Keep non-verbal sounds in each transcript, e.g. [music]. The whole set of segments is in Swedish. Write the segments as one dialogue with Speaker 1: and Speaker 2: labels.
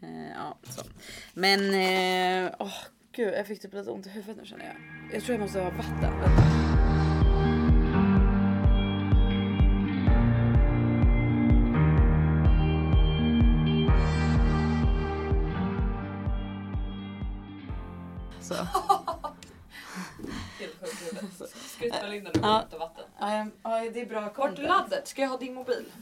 Speaker 1: Eh, ja, så. Men, eh, åh gud, jag fick typ lite ont i huvudet nu känner jag. Jag tror jag måste ha vatten. Så.
Speaker 2: Helt sjukt i huvudet. Skrytta Linda
Speaker 1: Alltså, eh, Ja.
Speaker 2: med och vatten.
Speaker 1: Ja, det är bra
Speaker 2: Vart är laddet? Ska jag ha din mobil?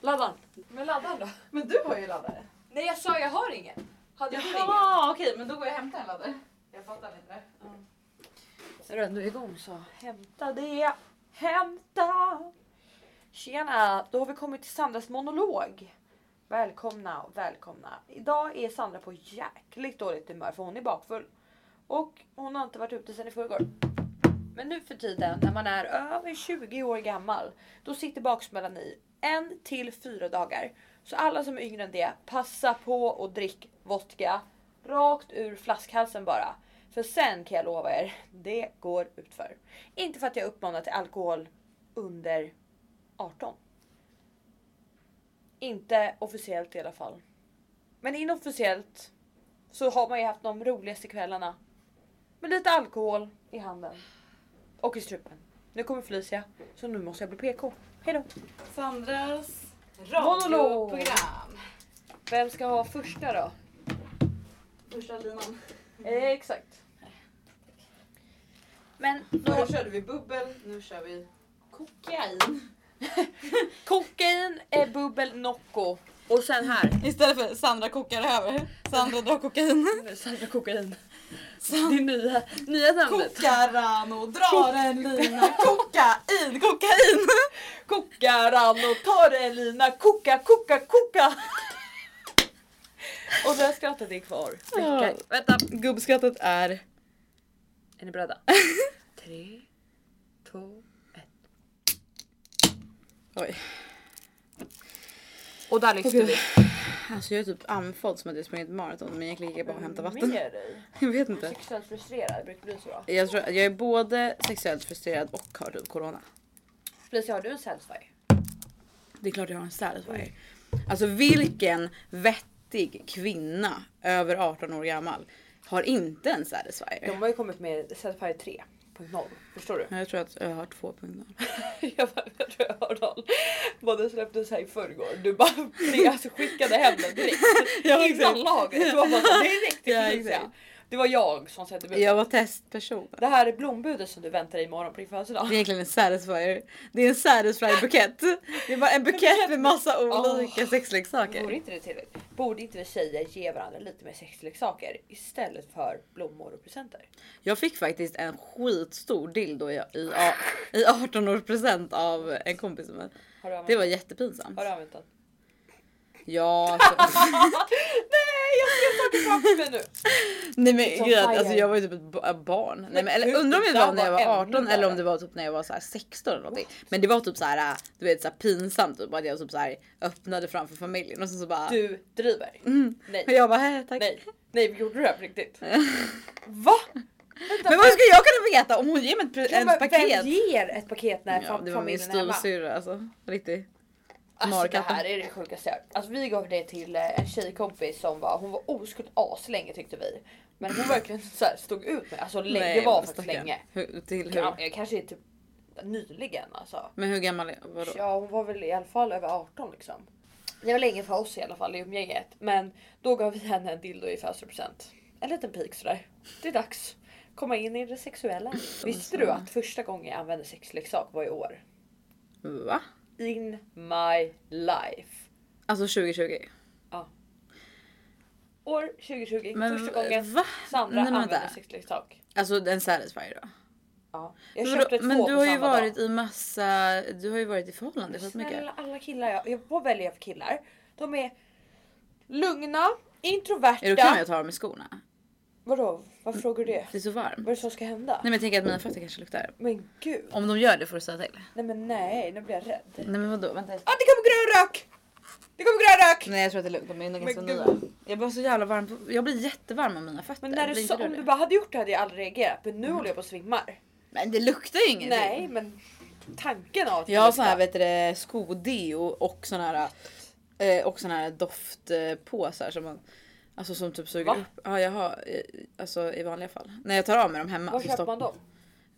Speaker 2: Laddaren. Men laddaren då?
Speaker 1: Men du har ju laddare.
Speaker 2: Nej jag sa jag har ingen. Hade du ingen?
Speaker 1: Jaha, okej, men då går jag och hämtar en laddare. Jag fattar inte det. Är du ändå igång så
Speaker 2: Hämta det! Hämta! Tjena! Då har vi kommit till Sandras monolog. Välkomna och välkomna. Idag är Sandra på jäkligt dåligt humör för hon är bakfull. Och hon har inte varit ute sedan i förrgår. Men nu för tiden när man är över 20 år gammal då sitter baksmällan i en till fyra dagar. Så alla som är yngre än det, passa på och drick vodka rakt ur flaskhalsen bara. För sen kan jag lova er, det går utför. Inte för att jag uppmanar till alkohol under 18. Inte officiellt i alla fall. Men inofficiellt så har man ju haft de roligaste kvällarna. Med lite alkohol i handen. Och i strupen. Nu kommer Felicia, så nu måste jag bli PK. Hejdå!
Speaker 1: Sandras
Speaker 2: Monolog.
Speaker 1: radioprogram.
Speaker 2: Vem ska ha första då?
Speaker 1: Första linan.
Speaker 2: Eh, exakt. Men
Speaker 1: Förra
Speaker 2: då,
Speaker 1: körde vi bubbel, nu kör vi kokain.
Speaker 2: kokain är bubbel Nocco. Och sen här.
Speaker 3: Istället för Sandra kokar över. Sandra drar kokain.
Speaker 2: Sandra kokain. Det är nya, nya namnet.
Speaker 3: Kokar och drar en lina. Kokain, kokain.
Speaker 2: Kokar han och tar en lina. Koka, koka, koka. Och det här skrattet är kvar.
Speaker 3: Ja.
Speaker 2: Okej, Vänta,
Speaker 3: Gubbskattet är...
Speaker 2: är ni
Speaker 1: [laughs]
Speaker 2: beredda? Tre, två, ett.
Speaker 1: Oj.
Speaker 2: Och där lyfter
Speaker 1: Okej.
Speaker 2: vi.
Speaker 1: Alltså jag är typ andfådd som att jag sprungit maraton men jag kan lika bra hämta vatten.
Speaker 2: Med dig.
Speaker 1: Jag vet
Speaker 2: Du är
Speaker 1: inte.
Speaker 2: sexuellt frustrerad, brukar bli så.
Speaker 1: Jag, tror, jag är både sexuellt frustrerad och har typ corona.
Speaker 2: Felicia, har du en satisfyer?
Speaker 1: Det är klart jag har en satisfyer. Alltså vilken vettig kvinna över 18 år gammal har inte en satisfyer?
Speaker 2: De har ju kommit med satisfyer 3.0, förstår du?
Speaker 1: Jag tror att jag har 2.0.
Speaker 2: [laughs] Jag, bara, jag tror jag har någon. Både släpptes här i förrgår. Du bara det, alltså, skickade hem den direkt.
Speaker 1: [laughs] Ja,
Speaker 2: Innan
Speaker 1: exakt.
Speaker 2: lagret. Du var bara så, direkt till
Speaker 1: Ja,
Speaker 2: Felicia.
Speaker 1: exakt.
Speaker 2: Det var jag som sätter budet.
Speaker 1: Jag var testperson.
Speaker 2: Det här är blombudet som du väntar dig imorgon på din födelsedag.
Speaker 1: Det är egentligen en satisfyer. Det är en satisfyer bukett. Det är bara en bukett med massa olika
Speaker 2: Vore
Speaker 1: sexleksaker.
Speaker 2: inte det trevligt? Borde inte vi tjejer ge varandra lite mer sexleksaker istället för blommor och presenter?
Speaker 1: Jag fick faktiskt en skitstor dildo i, i, a- i 18 års present av en kompis med.
Speaker 2: Har du använt
Speaker 1: Det var jättepinsamt.
Speaker 2: Har du använt den?
Speaker 1: Ja, alltså,
Speaker 2: Nej jag ser saker framför mig nu!
Speaker 1: nej
Speaker 2: Som
Speaker 1: men grejen är
Speaker 2: Liksom
Speaker 1: att,
Speaker 2: fire.
Speaker 1: alltså, jag var ju typ ett b- ett barn. Nej, men, eller,
Speaker 2: gud,
Speaker 1: undrar om
Speaker 2: det
Speaker 1: det var
Speaker 2: där
Speaker 1: när jag
Speaker 2: var
Speaker 1: var
Speaker 2: ännu
Speaker 1: 18 eller om
Speaker 2: värre.
Speaker 1: det var typ när jag var så här 16 eller någonting. Men det var typ så här, äh, du vet så här pinsamt typ att jag typ så här öppnade framför familjen och sen så bara.
Speaker 2: Du driver.
Speaker 1: Mm.
Speaker 2: Nej.
Speaker 1: Och jag bara hej tack.
Speaker 2: Nej, nej vi gjorde du det här på [laughs] riktigt? Va?
Speaker 1: Men vad ska jag kunna veta om hon ger mig ett, pre-
Speaker 2: Ja,
Speaker 1: ett
Speaker 2: men
Speaker 1: paket?
Speaker 2: Vem ger ett paket när
Speaker 1: Ja,
Speaker 2: fam-
Speaker 1: det var min
Speaker 2: familjen är hemma?
Speaker 1: styvsyrra alltså. Riktigt.
Speaker 2: Alltså det
Speaker 1: Markatten.
Speaker 2: här är det sjukaste jag hört. Alltså vi gav det till eh, en tjejkompis som var, hon var oskuld aslänge tyckte vi. Men hon verkligen så här stod ut med, alltså länge, det var
Speaker 1: men
Speaker 2: faktiskt
Speaker 1: stackarn.
Speaker 2: länge.
Speaker 1: Hur, till hur?
Speaker 2: Ja, Jag kanske är typ nyligen alltså.
Speaker 1: Men hur gammal är vadå?
Speaker 2: Ja hon var väl i alla fall över 18 liksom. Det var länge för oss i alla fall i umgänget. Men då gav vi henne en dildo i födelsedagspresent. En liten pik sådär. Det är dags. Komma in i det sexuella. Visste du att första gången jag använde sexleksak var i år?
Speaker 1: Va?
Speaker 2: In my life.
Speaker 1: Alltså 2020?
Speaker 2: År 2020,
Speaker 1: Men
Speaker 2: första gången
Speaker 1: va?
Speaker 2: Sandra
Speaker 1: Nej, men
Speaker 2: använde
Speaker 1: vänta.
Speaker 2: sexleksak.
Speaker 1: Alltså en satisfyer då?
Speaker 2: Ja. Jag
Speaker 1: Men
Speaker 2: köpte
Speaker 1: vadå?
Speaker 2: två
Speaker 1: men
Speaker 2: på
Speaker 1: du har ju
Speaker 2: samma
Speaker 1: varit
Speaker 2: dag.
Speaker 1: i massa, du har ju varit i förhållande så mycket.
Speaker 2: Snälla alla killar jag, jag vad väljer jag för killar? De är lugna, introverta.
Speaker 1: Är det okej om jag tar dem i skorna?
Speaker 2: Vadå? Varför frågar du det?
Speaker 1: Det är så varmt.
Speaker 2: Vad är det som ska hända?
Speaker 1: Nej men jag tänker att mina fötter kanske luktar.
Speaker 2: Men gud.
Speaker 1: Om de gör det får du säga till.
Speaker 2: Nej men nej, nu blir jag rädd.
Speaker 1: Nej men vadå vänta.
Speaker 2: Ah, det kommer grön rök! Det kommer grön rök!
Speaker 1: Nej jag tror att det är lugnt, de är nog ganska
Speaker 2: Men
Speaker 1: nya.
Speaker 2: gud.
Speaker 1: Jag blir så jävla varm, jag blir jättevarm av mina fötter.
Speaker 2: Men när du
Speaker 1: Blir
Speaker 2: sa,
Speaker 1: inte
Speaker 2: om
Speaker 1: det?
Speaker 2: du bara hade gjort det hade jag aldrig reagerat. Men nu håller jag på att svimmar.
Speaker 1: Men det luktar ju ingenting.
Speaker 2: Nej men tanken av att
Speaker 1: Jag har
Speaker 2: det
Speaker 1: sån här
Speaker 2: ska-
Speaker 1: vet du, det, skodeo och sån här eh, och sån här doftpåsar som man Alltså som typ suger
Speaker 2: Va?
Speaker 1: upp. Ja jag har i- alltså i vanliga fall. När jag tar av mig dem hemma.
Speaker 2: Var
Speaker 1: så
Speaker 2: köper
Speaker 1: stopp-
Speaker 2: man dem?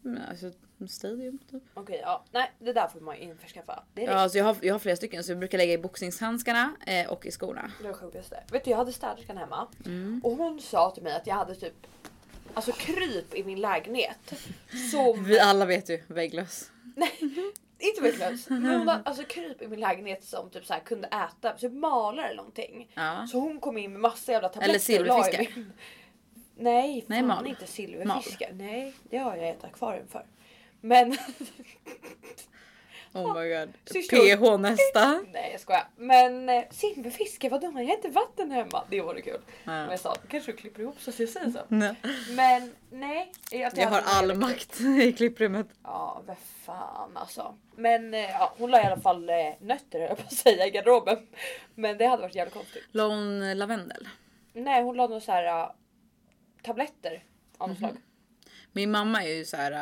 Speaker 1: Men Alltså stadium typ.
Speaker 2: Okej, ja. Nej, det där får man ju införskaffa. Det är
Speaker 1: Ja,
Speaker 2: det,
Speaker 1: alltså jag, har, jag har flera stycken så jag brukar lägga i boxningshandskarna eh, och i skorna. Mm.
Speaker 2: det sjukaste. Vet du, jag hade städerskan hemma och hon sa till mig att jag hade typ alltså kryp i min lägenhet. Som
Speaker 1: Vi alla vet ju vägglöss.
Speaker 2: Inte vecklös. Men hon var alltså kryp i min lägenhet som typ så här kunde äta, typ malar eller någonting.
Speaker 1: Ja.
Speaker 2: Så hon kom in med massa jävla tabletter
Speaker 1: Eller
Speaker 2: och
Speaker 1: silverfiskar.
Speaker 2: la i min- Nej,
Speaker 1: Nej,
Speaker 2: fan
Speaker 1: mal.
Speaker 2: inte silverfiskar. Nej, det har jag ett akvarium för. Men [laughs]
Speaker 1: Oh my god.
Speaker 2: Syster.
Speaker 1: PH [laughs] nästa.
Speaker 2: nej jag skojar. Men eh, silverfiskar vadå? Jag har inte vatten hemma. Det vore kul. Men jag sa kanske du klipper ihop så att jag säger
Speaker 1: [laughs]
Speaker 2: så.
Speaker 1: Nej.
Speaker 2: Men nej. Jag,
Speaker 1: Jag har all makt [laughs] i klipprummet.
Speaker 2: Ja, vad fan alltså. Men eh, ja, hon la i alla fall eh, nötter höll jag på att säga i garderoben. Men det hade varit jävligt konstigt.
Speaker 1: La hon eh, lavendel?
Speaker 2: Nej, hon la några så här eh, tabletter av
Speaker 1: Mhm.
Speaker 2: något slag.
Speaker 1: Min mamma är ju så här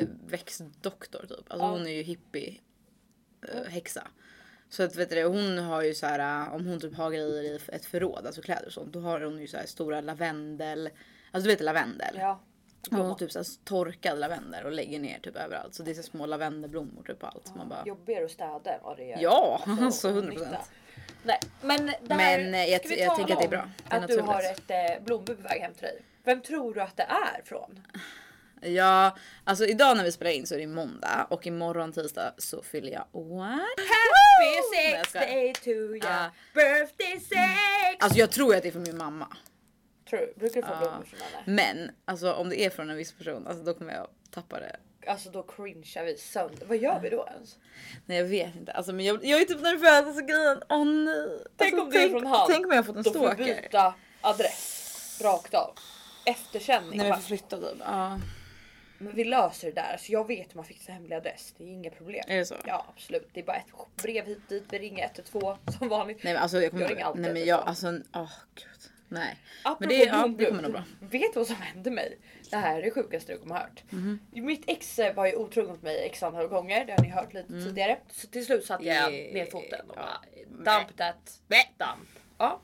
Speaker 1: äh, växtdoktor typ. Alltså
Speaker 2: Ja.
Speaker 1: hon är ju hippie äh, häxa. Så att vet du det, hon har ju så här äh, om hon typ har grejer i ett förråd, alltså kläder och sånt, då har hon ju så här stora lavendel. Alltså du vet lavendel?
Speaker 2: Ja.
Speaker 1: Och hon har typ så här torkad lavendel och lägger ner typ överallt. Så det är så små lavendelblommor typ på allt. Så man bara,
Speaker 2: Jobbigare att städa än vad det är.
Speaker 1: ja, alltså [laughs]
Speaker 2: Alltså,
Speaker 1: 100%.
Speaker 2: nytta. Nej, men där
Speaker 1: Men, eh, jag-
Speaker 2: ska vi
Speaker 1: jag
Speaker 2: tala
Speaker 1: tänker att det är
Speaker 2: om
Speaker 1: bra. Det är
Speaker 2: att du har
Speaker 1: naturligt.
Speaker 2: ett eh, blombud på väg hem till dig. Vem tror du att det är
Speaker 1: Oh,
Speaker 2: från?
Speaker 1: Ja, alltså idag när vi spelar in så är det måndag och imorgon tisdag så fyller jag år. Nej,
Speaker 2: Happy
Speaker 1: jag
Speaker 2: sex
Speaker 1: skojar.
Speaker 2: day to you.
Speaker 1: Ja.
Speaker 2: Birthday sex.
Speaker 1: Alltså ah. jag tror ju att det är från min mamma.
Speaker 2: Tror du? Brukar du få
Speaker 1: Ja.
Speaker 2: blommor från henne?
Speaker 1: Men alltså om det är från en viss person, alltså då kommer jag tappa det.
Speaker 2: Alltså då cringear vi sönder. Vad gör vi då ens?
Speaker 1: Nej jag vet inte. Alltså, men jag, jag är typ nervös. Alltså grejen, åh nej.
Speaker 2: Tänk
Speaker 1: alltså,
Speaker 2: om det är från han.
Speaker 1: Tänk om jag har fått en
Speaker 2: Då får vi
Speaker 1: stalker.
Speaker 2: byta adress rakt av. Efterkänning.
Speaker 1: Nej vi
Speaker 2: va?
Speaker 1: får flytta typ. Ja,
Speaker 2: Men vi löser det där. Så jag vet hur man fixar hemlig adress. Det är inga problem.
Speaker 1: är det så?
Speaker 2: Ja absolut. Det är bara ett brev hit dit. Vi ringer 112 som vanligt.
Speaker 1: Nej men alltså jag kommer
Speaker 2: Jag ringer alltid
Speaker 1: Nej men
Speaker 2: efter
Speaker 1: jag
Speaker 2: dem.
Speaker 1: alltså åh gud. Nej.
Speaker 2: Apropå
Speaker 1: men det- ja, det
Speaker 2: blombud,
Speaker 1: kommer nog bra.
Speaker 2: Vet du vad som hände mig? Det här är det sjukaste du kommer ha hört.
Speaker 1: Mhm.
Speaker 2: Mitt ex var ju otrogen mot mig x antal gånger. Det har ni hört lite tidigare. Så till slut satte jag
Speaker 1: Yeah.
Speaker 2: ner foten och bara
Speaker 1: Mm. Ja.
Speaker 2: dump that. Dump. Ja.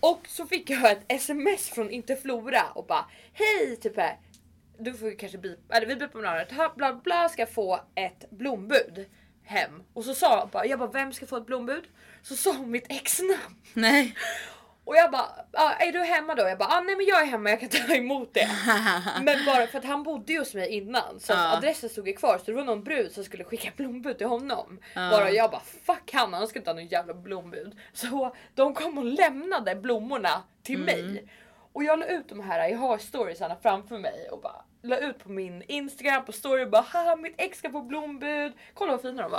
Speaker 2: Och så fick jag ett sms från Interflora och bara hej typ här. Du får ju kanske bipa, eller vi bipar med namnet. Ha, Bla bla ska få ett blombud hem. Och så sa jag bara, jag bara vem ska få ett blombud? Så sa hon mitt ex-namn. [laughs]
Speaker 1: Nej.
Speaker 2: Och jag bara, ah, är du hemma då? Jag bara, ah, nej men jag är hemma, jag kan ta [laughs] emot det. men bara för att han bodde ju hos mig innan så att
Speaker 1: Ja.
Speaker 2: adressen stod ju kvar så det var någon brud som skulle skicka [laughs] blombud till honom.
Speaker 1: Ja.
Speaker 2: Bara jag bara, fuck han, han ska inte ha någon jävla blombud. Så de kom och lämnade blommorna till
Speaker 1: Mm.
Speaker 2: mig. Och jag la ut de här, jag har storiesarna framför mig och bara la ut på min instagram på story bara haha mitt ex ska få blombud. Kolla vad fina de var.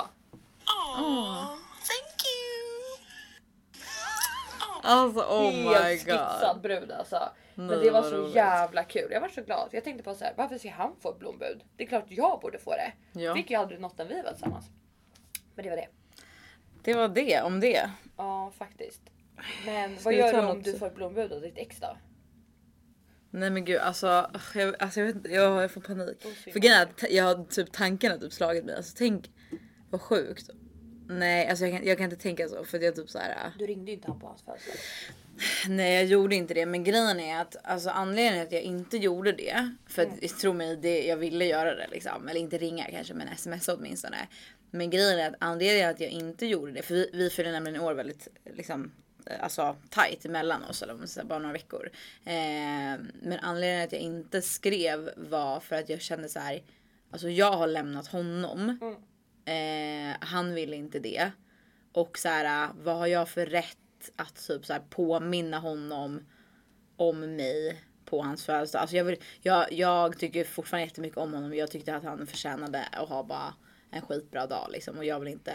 Speaker 4: Aww, thank you. Aw.
Speaker 1: Alltså oh my
Speaker 2: Helt
Speaker 1: god.
Speaker 2: skitsad brud alltså.
Speaker 1: Nej,
Speaker 2: Men det var
Speaker 1: vad
Speaker 2: så
Speaker 1: roligt.
Speaker 2: jävla kul. Jag var så glad. Jag tänkte bara så här, varför ska han få ett blombud? Det är klart jag borde få det.
Speaker 1: Ja.
Speaker 2: Fick ju aldrig något när vi var tillsammans. Men det var det.
Speaker 1: Det var det om det.
Speaker 2: Ja faktiskt. Men
Speaker 1: Ska
Speaker 2: vad
Speaker 1: vi
Speaker 2: gör
Speaker 1: ta
Speaker 2: du om
Speaker 1: något?
Speaker 2: du får ett blombud av ditt ex då?
Speaker 1: Nej men gud alltså, ugh, jag, alltså jag, vet, inte, jag, jag får panik.
Speaker 2: Då ser
Speaker 1: För
Speaker 2: man
Speaker 1: grejen är att jag har typ tanken har typ slagit mig. Alltså tänk vad sjukt. Nej alltså jag kan, jag kan inte tänka så för det är typ så här. äh,
Speaker 2: Du ringde ju inte han på hans födelsedag.
Speaker 1: Nej jag gjorde inte det men grejen är att alltså, anledningen till att jag inte gjorde det. För att, tro mig det, jag ville göra det liksom. Eller inte ringa kanske men smsa åtminstone. Men grejen är att anledningen till att jag inte gjorde det. För vi, vi fyllde nämligen år väldigt liksom. eh, Alltså tight mellan oss eller om man säger, bara några veckor. Eh, men anledningen till att jag inte skrev var för att jag kände så här. Alltså jag har lämnat honom. Eh, han ville inte det. Och så här, äh, vad har jag för rätt att typ så här, påminna honom om mig på hans födelsedag. Alltså jag, vill, jag, jag tycker fortfarande jättemycket om honom. Jag tyckte att han förtjänade att ha bara en skitbra dag liksom. Och jag vill inte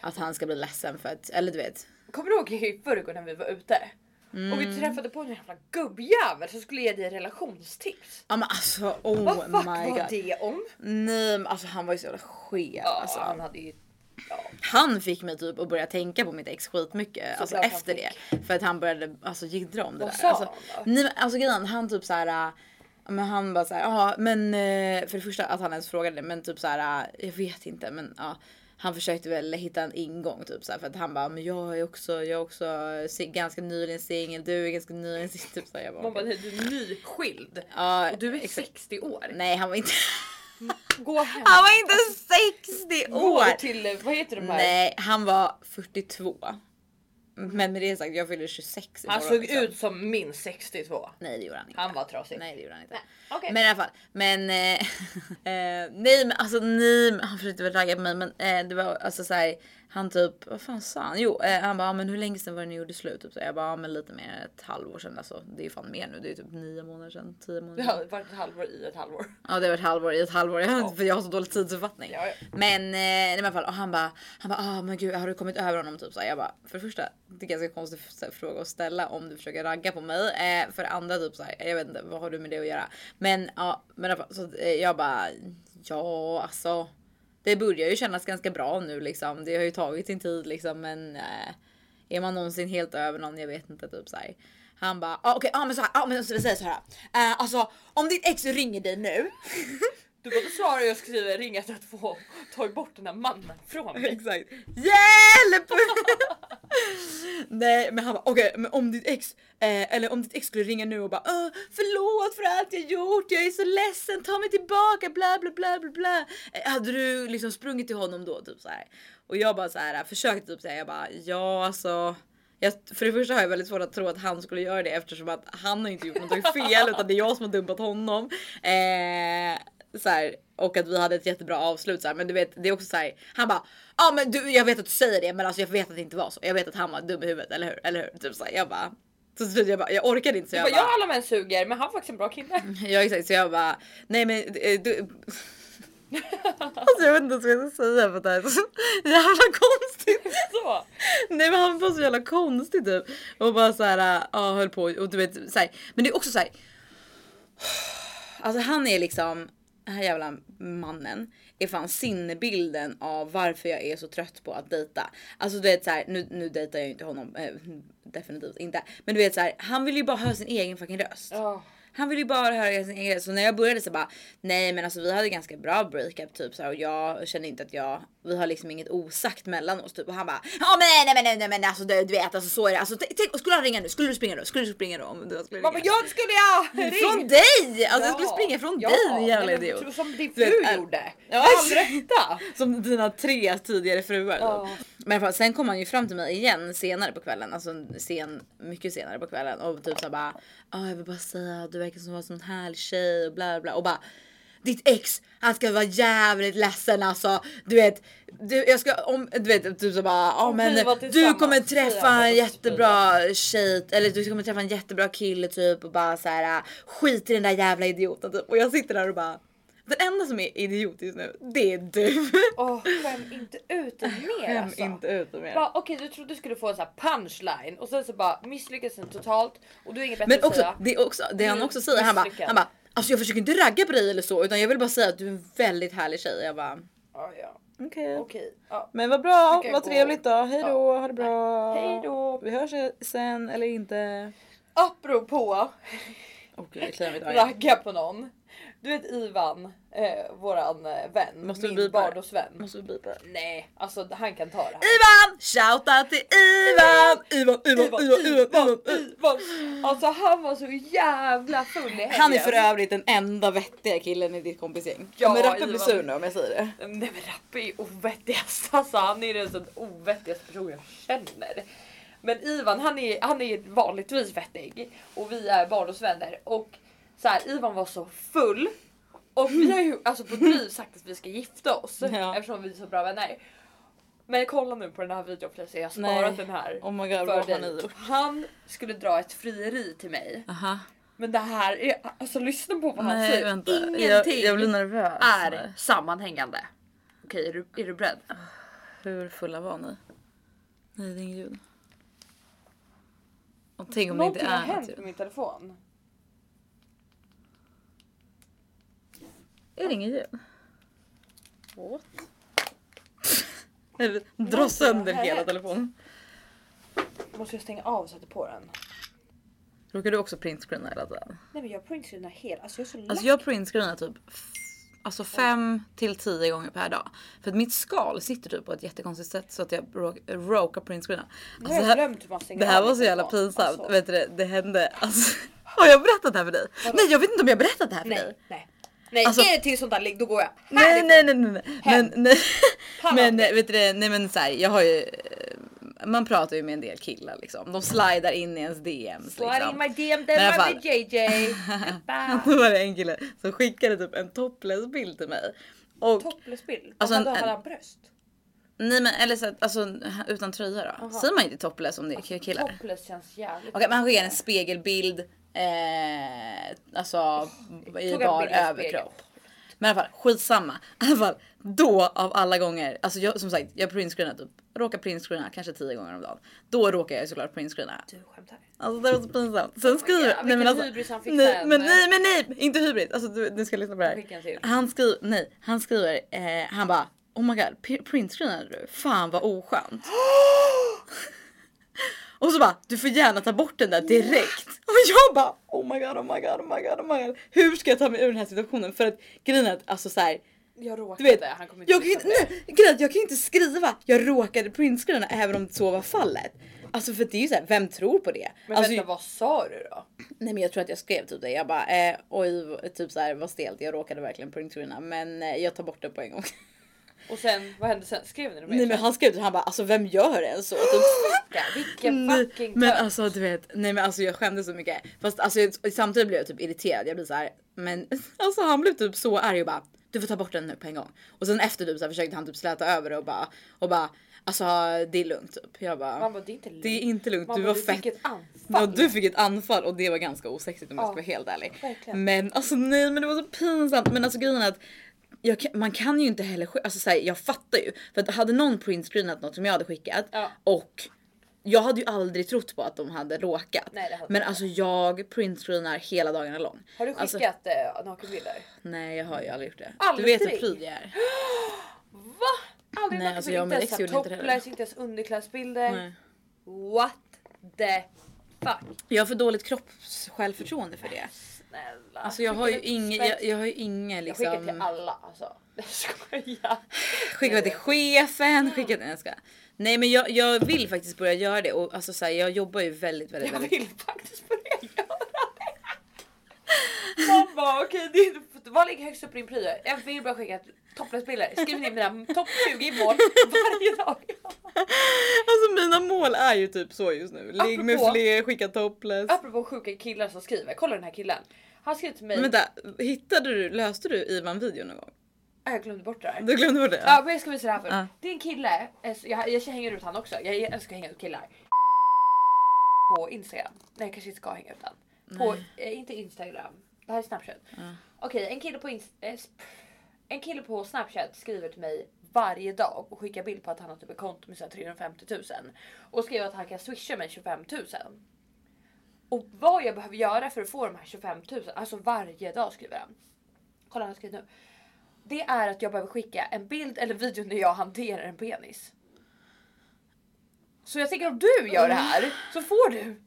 Speaker 1: att han ska bli ledsen för att, eller du vet.
Speaker 2: Kommer du ihåg i förrgår när vi var ute? Och
Speaker 1: Mm.
Speaker 2: vi träffade på en jävla gubbjävel som skulle ge dig relationstips.
Speaker 1: Ja men alltså oh
Speaker 2: Vad fuck
Speaker 1: my
Speaker 2: var
Speaker 1: god.
Speaker 2: det Ah. om?
Speaker 1: Nej men alltså han var ju så jävla skev
Speaker 2: Ja,
Speaker 1: alltså.
Speaker 2: han hade ju... Ja.
Speaker 1: Han fick mig typ att börja tänka på mitt ex skitmycket. Alltså
Speaker 2: klart han
Speaker 1: efter
Speaker 2: fick.
Speaker 1: det. För att han började alltså, jiddra om det
Speaker 2: Vad
Speaker 1: där.
Speaker 2: sa
Speaker 1: alltså,
Speaker 2: han då?
Speaker 1: nej, men, alltså grejen, han typ såhär. äh, Men han bara såhär, ja men eh, för det första att han ens frågade men typ såhär, äh, jag vet inte men ja. han försökte väl hitta en ingång typ så här, för att han bara men jag är också, jag är också si- ganska nyligen singel, du är ganska nyligen singel. Typ så här, jag bara,
Speaker 2: Man bara,
Speaker 1: okej.
Speaker 2: nej, du är nyskild.
Speaker 1: Ja,
Speaker 2: Och du är
Speaker 1: exakt.
Speaker 2: 60 år.
Speaker 1: Nej han var inte,
Speaker 2: Gå hem.
Speaker 1: [laughs] han var inte 60
Speaker 2: Gå
Speaker 1: år!
Speaker 2: till, eh, vad heter de här?
Speaker 1: Nej han var 42. Men med det sagt jag fyller 26
Speaker 2: Han
Speaker 1: imorgon,
Speaker 2: såg
Speaker 1: liksom.
Speaker 2: ut som min 62.
Speaker 1: Nej det gjorde han inte.
Speaker 2: Han var trasig.
Speaker 1: Nej det gjorde han inte.
Speaker 2: Okej.
Speaker 1: Men i alla fall. Men eh, [laughs] eh, nej men alltså nej men han försökte väl ragga på mig men eh, det var alltså så här, han typ vad fan sa han? Jo eh, han bara "Ja, men hur länge sedan var det ni gjorde slut? Typ så här. jag bara "Ja, men lite mer än ett halvår sedan alltså. Det är ju fan mer nu. Det är typ nio månader sedan, tio månader
Speaker 2: Det
Speaker 1: sedan.
Speaker 2: har varit ett halvår i ett halvår.
Speaker 1: Ja det var ett halvår i ett halvår. Jag, För jag har så dålig tidsuppfattning.
Speaker 2: Ja, ja.
Speaker 1: Men eh, nej, men i alla fall och han bara han bara ah men gud har du kommit över honom typ så här. Jag bara för det första det är ganska konstig f- fråga att ställa om du försöker ragga på mig. Eh, för det andra typ så här, jag vet inte vad har du med det att göra? Men ja men i alla fall, så eh, jag bara ja alltså. Det börjar ju kännas ganska bra nu liksom. Det har ju tagit sin tid liksom men eh, är man någonsin helt över någon? Jag vet inte typ så här. Han bara ah, okej, ja men så här, ah, men så vi säger så här. Eh, alltså om ditt ex ringer dig nu.
Speaker 2: Du bara, då svarar jag och skriver ringa 112. Ta bort den här mannen från
Speaker 1: [laughs]
Speaker 2: mig.
Speaker 1: Exakt. Hjälp! [laughs] Nej men han bara okej men om ditt ex eh, eller om ditt ex skulle ringa nu och bara "Åh, förlåt för allt jag gjort jag är så ledsen ta mig tillbaka bla bla bla bla bla. Eh, hade du liksom sprungit till honom då typ så här. Och jag bara så här försökte typ säga jag bara ja alltså. Jag, för det första har jag väldigt svårt att tro att han skulle göra det eftersom att han har inte gjort någonting fel utan det är jag som har dumpat honom. Eh, så här, och att vi hade ett jättebra avslut så här, men du vet det är också så här. Han bara ja men du jag vet att du säger det men alltså jag vet att det inte var så. Jag vet att han var dum i huvudet eller hur? Eller hur? Typ så här, jag bara. Så till slut jag bara jag orkade inte så
Speaker 2: Jag
Speaker 1: jag
Speaker 2: bara,
Speaker 1: bara.
Speaker 2: ja alla män suger men han var faktiskt en bra kille.
Speaker 1: Ja exakt så jag bara nej men eh, du. Alltså jag vet inte ens vad jag ska säga för att det här är så jävla konstigt.
Speaker 2: [laughs] Så.
Speaker 1: Nej men han var så jävla konstig typ. Och bara så här, ja höll på och du vet så här. Men det är också så här. Alltså han är liksom, den här jävla mannen är fan sinnebilden av varför jag är så trött på att dejta. Alltså du vet så här, nu, nu dejtar jag ju inte honom, eh, definitivt inte. Men du vet så här, han vill ju bara höra sin egen fucking röst.
Speaker 2: Ja.
Speaker 1: Han ville ju bara höra sin egen röst. Så när jag började så bara nej men alltså vi hade ganska bra breakup typ så här, och jag kände inte att jag, vi har liksom inget osagt mellan oss typ och han bara ja men nej nej men nej, nej men alltså du, du vet alltså så är det alltså t- tänk, skulle han ringa nu skulle du springa då skulle du springa då om du skulle
Speaker 2: Man bara,
Speaker 1: ringa.
Speaker 2: ja det skulle jag! Ring!
Speaker 1: Från dig!
Speaker 2: Ja.
Speaker 1: Alltså jag skulle springa från
Speaker 2: Ja,
Speaker 1: dig din jävla
Speaker 2: nej, men
Speaker 1: idiot.
Speaker 2: så- Som din
Speaker 1: Du vet,
Speaker 2: fru
Speaker 1: äh,
Speaker 2: gjorde.
Speaker 1: Ja,
Speaker 2: Rätta!
Speaker 1: [laughs] som dina tre tidigare fruar.
Speaker 2: Ja.
Speaker 1: typ. Men i alla fall, sen kom han ju fram till mig igen senare på kvällen, alltså sen, mycket senare på kvällen och typ såhär bara ah, jag vill bara säga du verkar som en sån härlig tjej och bla bla och bara ditt ex han ska vara jävligt ledsen alltså. Du vet, du, jag ska om, du vet typ så bara ja
Speaker 2: Om vi var
Speaker 1: men du
Speaker 2: tillsammans,
Speaker 1: kommer
Speaker 2: säger
Speaker 1: träffa
Speaker 2: han då,
Speaker 1: en
Speaker 2: så
Speaker 1: jättebra tjej eller du kommer träffa en jättebra kille typ och bara så här skit i den där jävla idioten typ och jag sitter där och bara den enda som är idiot just nu det är du.
Speaker 2: Åh, skäm inte ut dig
Speaker 1: [laughs]
Speaker 2: mer
Speaker 1: Skäm
Speaker 2: alltså.
Speaker 1: inte ut dem mer.
Speaker 2: Bara, Okej du trodde du skulle få en sån här punchline och sen så bara misslyckas den totalt och du har inget bättre
Speaker 1: Men
Speaker 2: att
Speaker 1: också,
Speaker 2: säga.
Speaker 1: det, är också, det han
Speaker 2: Mm,
Speaker 1: också säger, han bara,
Speaker 2: misslyckad.
Speaker 1: han bara alltså jag försöker inte ragga på dig eller så utan jag vill bara säga att du är en väldigt härlig tjej. Jag bara
Speaker 2: Ja, ja.
Speaker 1: okej.
Speaker 2: Okej, ja.
Speaker 1: Men vad bra,
Speaker 2: Du kan
Speaker 1: vad
Speaker 2: gå.
Speaker 1: trevligt då. Hej då, ha det bra.
Speaker 2: Hej då!
Speaker 1: Vi hörs sen eller inte.
Speaker 2: Apropå
Speaker 1: Åh gud, det kliar mitt öga.
Speaker 2: ragga på någon. Du vet Ivan, eh, våran eh, vän,
Speaker 1: Måste vi
Speaker 2: min
Speaker 1: bipa det?
Speaker 2: barndomsvän.
Speaker 1: Måste vi bipa det?
Speaker 2: Nej, alltså han kan ta det här.
Speaker 1: Ivan! Shoutout till Ivan! Ivan, Ivan,
Speaker 2: Ivan,
Speaker 1: Ivan, Ivan, Ivan, Ivan.
Speaker 2: Ivan. Alltså han var så jävla full i helgen.
Speaker 1: Han är för övrigt den enda vettiga killen i ditt kompisgäng.
Speaker 2: Ja,
Speaker 1: Ja, men Rappe blir
Speaker 2: Ivan.
Speaker 1: sur nu om jag säger det.
Speaker 2: Nej men Rappe är ovettigast alltså han är den sån ovettigaste person jag känner. Men Ivan han är, han är vanligtvis vettig och vi är barndomsvänner och så här, Ivan var så full och vi har ju alltså på driv sagt att vi ska gifta oss
Speaker 1: Ja.
Speaker 2: eftersom vi är så bra vänner. Men kolla nu på den här videon Felicia, jag har
Speaker 1: Nej.
Speaker 2: sparat den här.
Speaker 1: Oh my god,
Speaker 2: För
Speaker 1: vad har ni
Speaker 2: dig.
Speaker 1: gjort?
Speaker 2: Han skulle dra ett frieri till mig.
Speaker 1: Aha.
Speaker 2: Men det här är, alltså lyssna på vad han
Speaker 1: Nej
Speaker 2: säger.
Speaker 1: vänta,
Speaker 2: Ingenting
Speaker 1: jag, jag blir nervös.
Speaker 2: är sammanhängande. Okej, är du, är du beredd?
Speaker 1: Hur fulla var ni? Nej, det är inget ljud. Och tänk om det inte
Speaker 2: Någonting har
Speaker 1: är typ- något
Speaker 2: hänt
Speaker 1: ljud.
Speaker 2: med min telefon.
Speaker 1: Är det inget ljud? What? Nej, vi- Dra sönder
Speaker 2: har
Speaker 1: hela
Speaker 2: hänt.
Speaker 1: telefonen.
Speaker 2: Måste jag stänga av och sätta på den?
Speaker 1: Råkar du också printscreena hela tiden?
Speaker 2: Nej men jag printscreenar hela, alltså jag är så
Speaker 1: Alltså
Speaker 2: lack.
Speaker 1: jag printscreenar typ Alltså fem till tio gånger per dag. För att mitt skal sitter typ på ett jättekonstigt sätt så att jag råk- råkar printscreena.
Speaker 2: Nu
Speaker 1: Alltså,
Speaker 2: har jag
Speaker 1: det här,
Speaker 2: glömt hur man stänger
Speaker 1: det här
Speaker 2: av
Speaker 1: var så
Speaker 2: mitt
Speaker 1: jävla
Speaker 2: telefon.
Speaker 1: pinsamt.
Speaker 2: Alltså.
Speaker 1: Vet du det, det hände alltså. [laughs] Har jag berättat det här för dig? Nej jag vet inte om jag har berättat det här för dig.
Speaker 2: Nej, nej. Nej,
Speaker 1: Alltså-
Speaker 2: är det till sånt där ligg då går jag.
Speaker 1: Nej nej nej nej. nej.
Speaker 2: Hem.
Speaker 1: Men, nej.
Speaker 2: Pallar
Speaker 1: men
Speaker 2: inte.
Speaker 1: eh, vet du det, nej men så här, jag har ju eh, man pratar ju med en del killar liksom. De slidar in i ens DMs
Speaker 2: Slide
Speaker 1: liksom.
Speaker 2: in my DM,
Speaker 1: Men i
Speaker 2: then
Speaker 1: alla
Speaker 2: my
Speaker 1: fall.
Speaker 2: bit JJ. Bam.
Speaker 1: [laughs] Då var det en kille som skickade typ en topless bild till mig. Och
Speaker 2: Topless bild.
Speaker 1: Alltså,
Speaker 2: Alltså, då
Speaker 1: en-
Speaker 2: har han bröst.
Speaker 1: nej men eller så att, alltså utan tröja då. Säger man inte topless om det är killar? Okej
Speaker 2: Topless känns jävligt.
Speaker 1: men han skickade en spegelbild. Eh, alltså i
Speaker 2: en
Speaker 1: bar
Speaker 2: bild i spegeln.
Speaker 1: överkropp. Men i alla fall skitsamma. I alla fall då av alla gånger. Alltså jag, som sagt jag printscreenar typ. Råkar printscreena kanske tio gånger om dagen. Då råkar jag såklart printscreena.
Speaker 2: Du skämtar.
Speaker 1: Alltså det var
Speaker 2: Typ.
Speaker 1: så pinsamt. Sen skriver... alltså-
Speaker 2: God, vilken hybris han fick
Speaker 1: nej,
Speaker 2: sen.
Speaker 1: men, nej men nej! Inte hybris. Alltså du, du ska lyssna på det
Speaker 2: Skicka en
Speaker 1: här.
Speaker 2: till.
Speaker 1: Han skriver, nej, han skriver, eh, han bara Oh my god, p- printscreenade du? Fan vad oskönt. [gasps] Och så bara, du får gärna ta bort den där direkt. Och jag bara, oh my god, oh my god, oh my god, oh my god. Hur ska jag ta mig ur den här situationen? För att grejen är att alltså så här,
Speaker 2: Jag råkade.
Speaker 1: du vet,
Speaker 2: han kommer inte
Speaker 1: jag, kan ju inte, nej, grejen är att jag kan ju inte skriva jag råkade printscreena även om så var fallet. Alltså för det är ju såhär, vem tror på det?
Speaker 2: Men
Speaker 1: alltså,
Speaker 2: vänta vad sa du då?
Speaker 1: Nej men jag tror att jag skrev typ det. Jag bara eh, oj typ så här var stelt. Jag råkade verkligen punkturerna men eh, jag tar bort det på en gång. [laughs]
Speaker 2: Och sen vad hände sen? Skrev ni det
Speaker 1: Nej men han skrev det han bara alltså vem gör ens så? Typ.
Speaker 2: Vilken
Speaker 1: Nej,
Speaker 2: fucking
Speaker 1: men
Speaker 2: tönt.
Speaker 1: alltså du vet, nej men alltså jag skämdes så mycket. Fast alltså, jag- samtidigt blev jag typ irriterad. Jag blev så här, men [laughs] alltså han blev typ så arg och bara du får ta bort den nu på en gång. Och sen efter typ så här, försökte han typ släta över det och bara och bara alltså det är lugnt typ. Jag bara
Speaker 2: Man bara det är inte lugnt.
Speaker 1: det är inte lugnt.
Speaker 2: Man
Speaker 1: Du
Speaker 2: bara,
Speaker 1: var
Speaker 2: du
Speaker 1: fett
Speaker 2: fick ett anfall.
Speaker 1: Ja, du fick ett anfall och det var ganska osexigt om jag ska vara helt ärlig.
Speaker 2: verkligen.
Speaker 1: Men alltså nej men det var så pinsamt. Men alltså grejen är att jag kan, man kan ju inte heller sk- alltså, så här, jag fattar ju. För att hade någon printscreenat något som jag hade skickat
Speaker 2: Ja.
Speaker 1: och jag hade ju aldrig trott på att de hade råkat.
Speaker 2: Nej, det hade
Speaker 1: men alltså jag printscreenar hela dagarna lång.
Speaker 2: Har du
Speaker 1: Alltså,
Speaker 2: skickat eh, nakenbilder?
Speaker 1: nej jag har ju aldrig gjort det.
Speaker 2: Aldrig
Speaker 1: du vet hur
Speaker 2: till dig?
Speaker 1: pryd jag är.
Speaker 2: Va? Aldrig
Speaker 1: Nej,
Speaker 2: Nej,
Speaker 1: alltså,
Speaker 2: alltså,
Speaker 1: jag och
Speaker 2: inte
Speaker 1: min
Speaker 2: ens
Speaker 1: ex gjorde
Speaker 2: så här
Speaker 1: inte det heller.
Speaker 2: topless, inte ens underklädsbilder.
Speaker 1: Nej.
Speaker 2: What the fuck?
Speaker 1: Jag har för dåligt kroppssjälvförtroende för det.
Speaker 2: Snälla.
Speaker 1: Alltså jag har ju
Speaker 2: Skicka
Speaker 1: inget,
Speaker 2: till-
Speaker 1: jag, jag har ju inget
Speaker 2: Jag
Speaker 1: liksom.
Speaker 2: skickar till alla alltså. [laughs] Jag skojar.
Speaker 1: Skicka till chefen, skicka till... Nej, jag skojar. Nej men jag, jag vill faktiskt börja göra det och alltså, så här, jag jobbar ju väldigt väldigt,
Speaker 2: Jag
Speaker 1: väldigt
Speaker 2: vill faktiskt börja göra det. Man bara okej, det är inte- vad ligger högst upp på din pryo? Jag vill bara skicka topless-bilder. Skriv ner mina topp 20 mål varje dag.
Speaker 1: Alltså mina mål är ju typ så just nu. Ligg med
Speaker 2: Apropå-
Speaker 1: fler, skicka topless.
Speaker 2: Apropå sjuka killar som skriver, kolla den här killen. Han skrev till mig,
Speaker 1: Men vänta, hittade du, löste du Ivan-videon någon gång?
Speaker 2: Ah, jag glömde bort det där.
Speaker 1: Du glömde bort det?
Speaker 2: Ja men jag ska visa det här för dig.
Speaker 1: Mm. Ja.
Speaker 2: Det är en kille, eh, så jag, jag hänger ut han också. Jag älskar att hänga ut killar. På Instagram. Nej jag kanske inte ska hänga ut han. På, eh, inte Instagram. Det här är Snapchat. Okej en kille på Inst- eh, sp- En kille på Snapchat skriver till mig varje dag och skickar bild på att han har typ ett konto med så här 350 000. Och skriver att han kan swisha mig 25 000. Och vad jag behöver göra för att få de här 25 000, alltså varje dag skriver han. Kolla han skriver nu. Det är att jag behöver skicka en bild eller video när jag hanterar en penis. Så jag tänker om du gör det här så får du.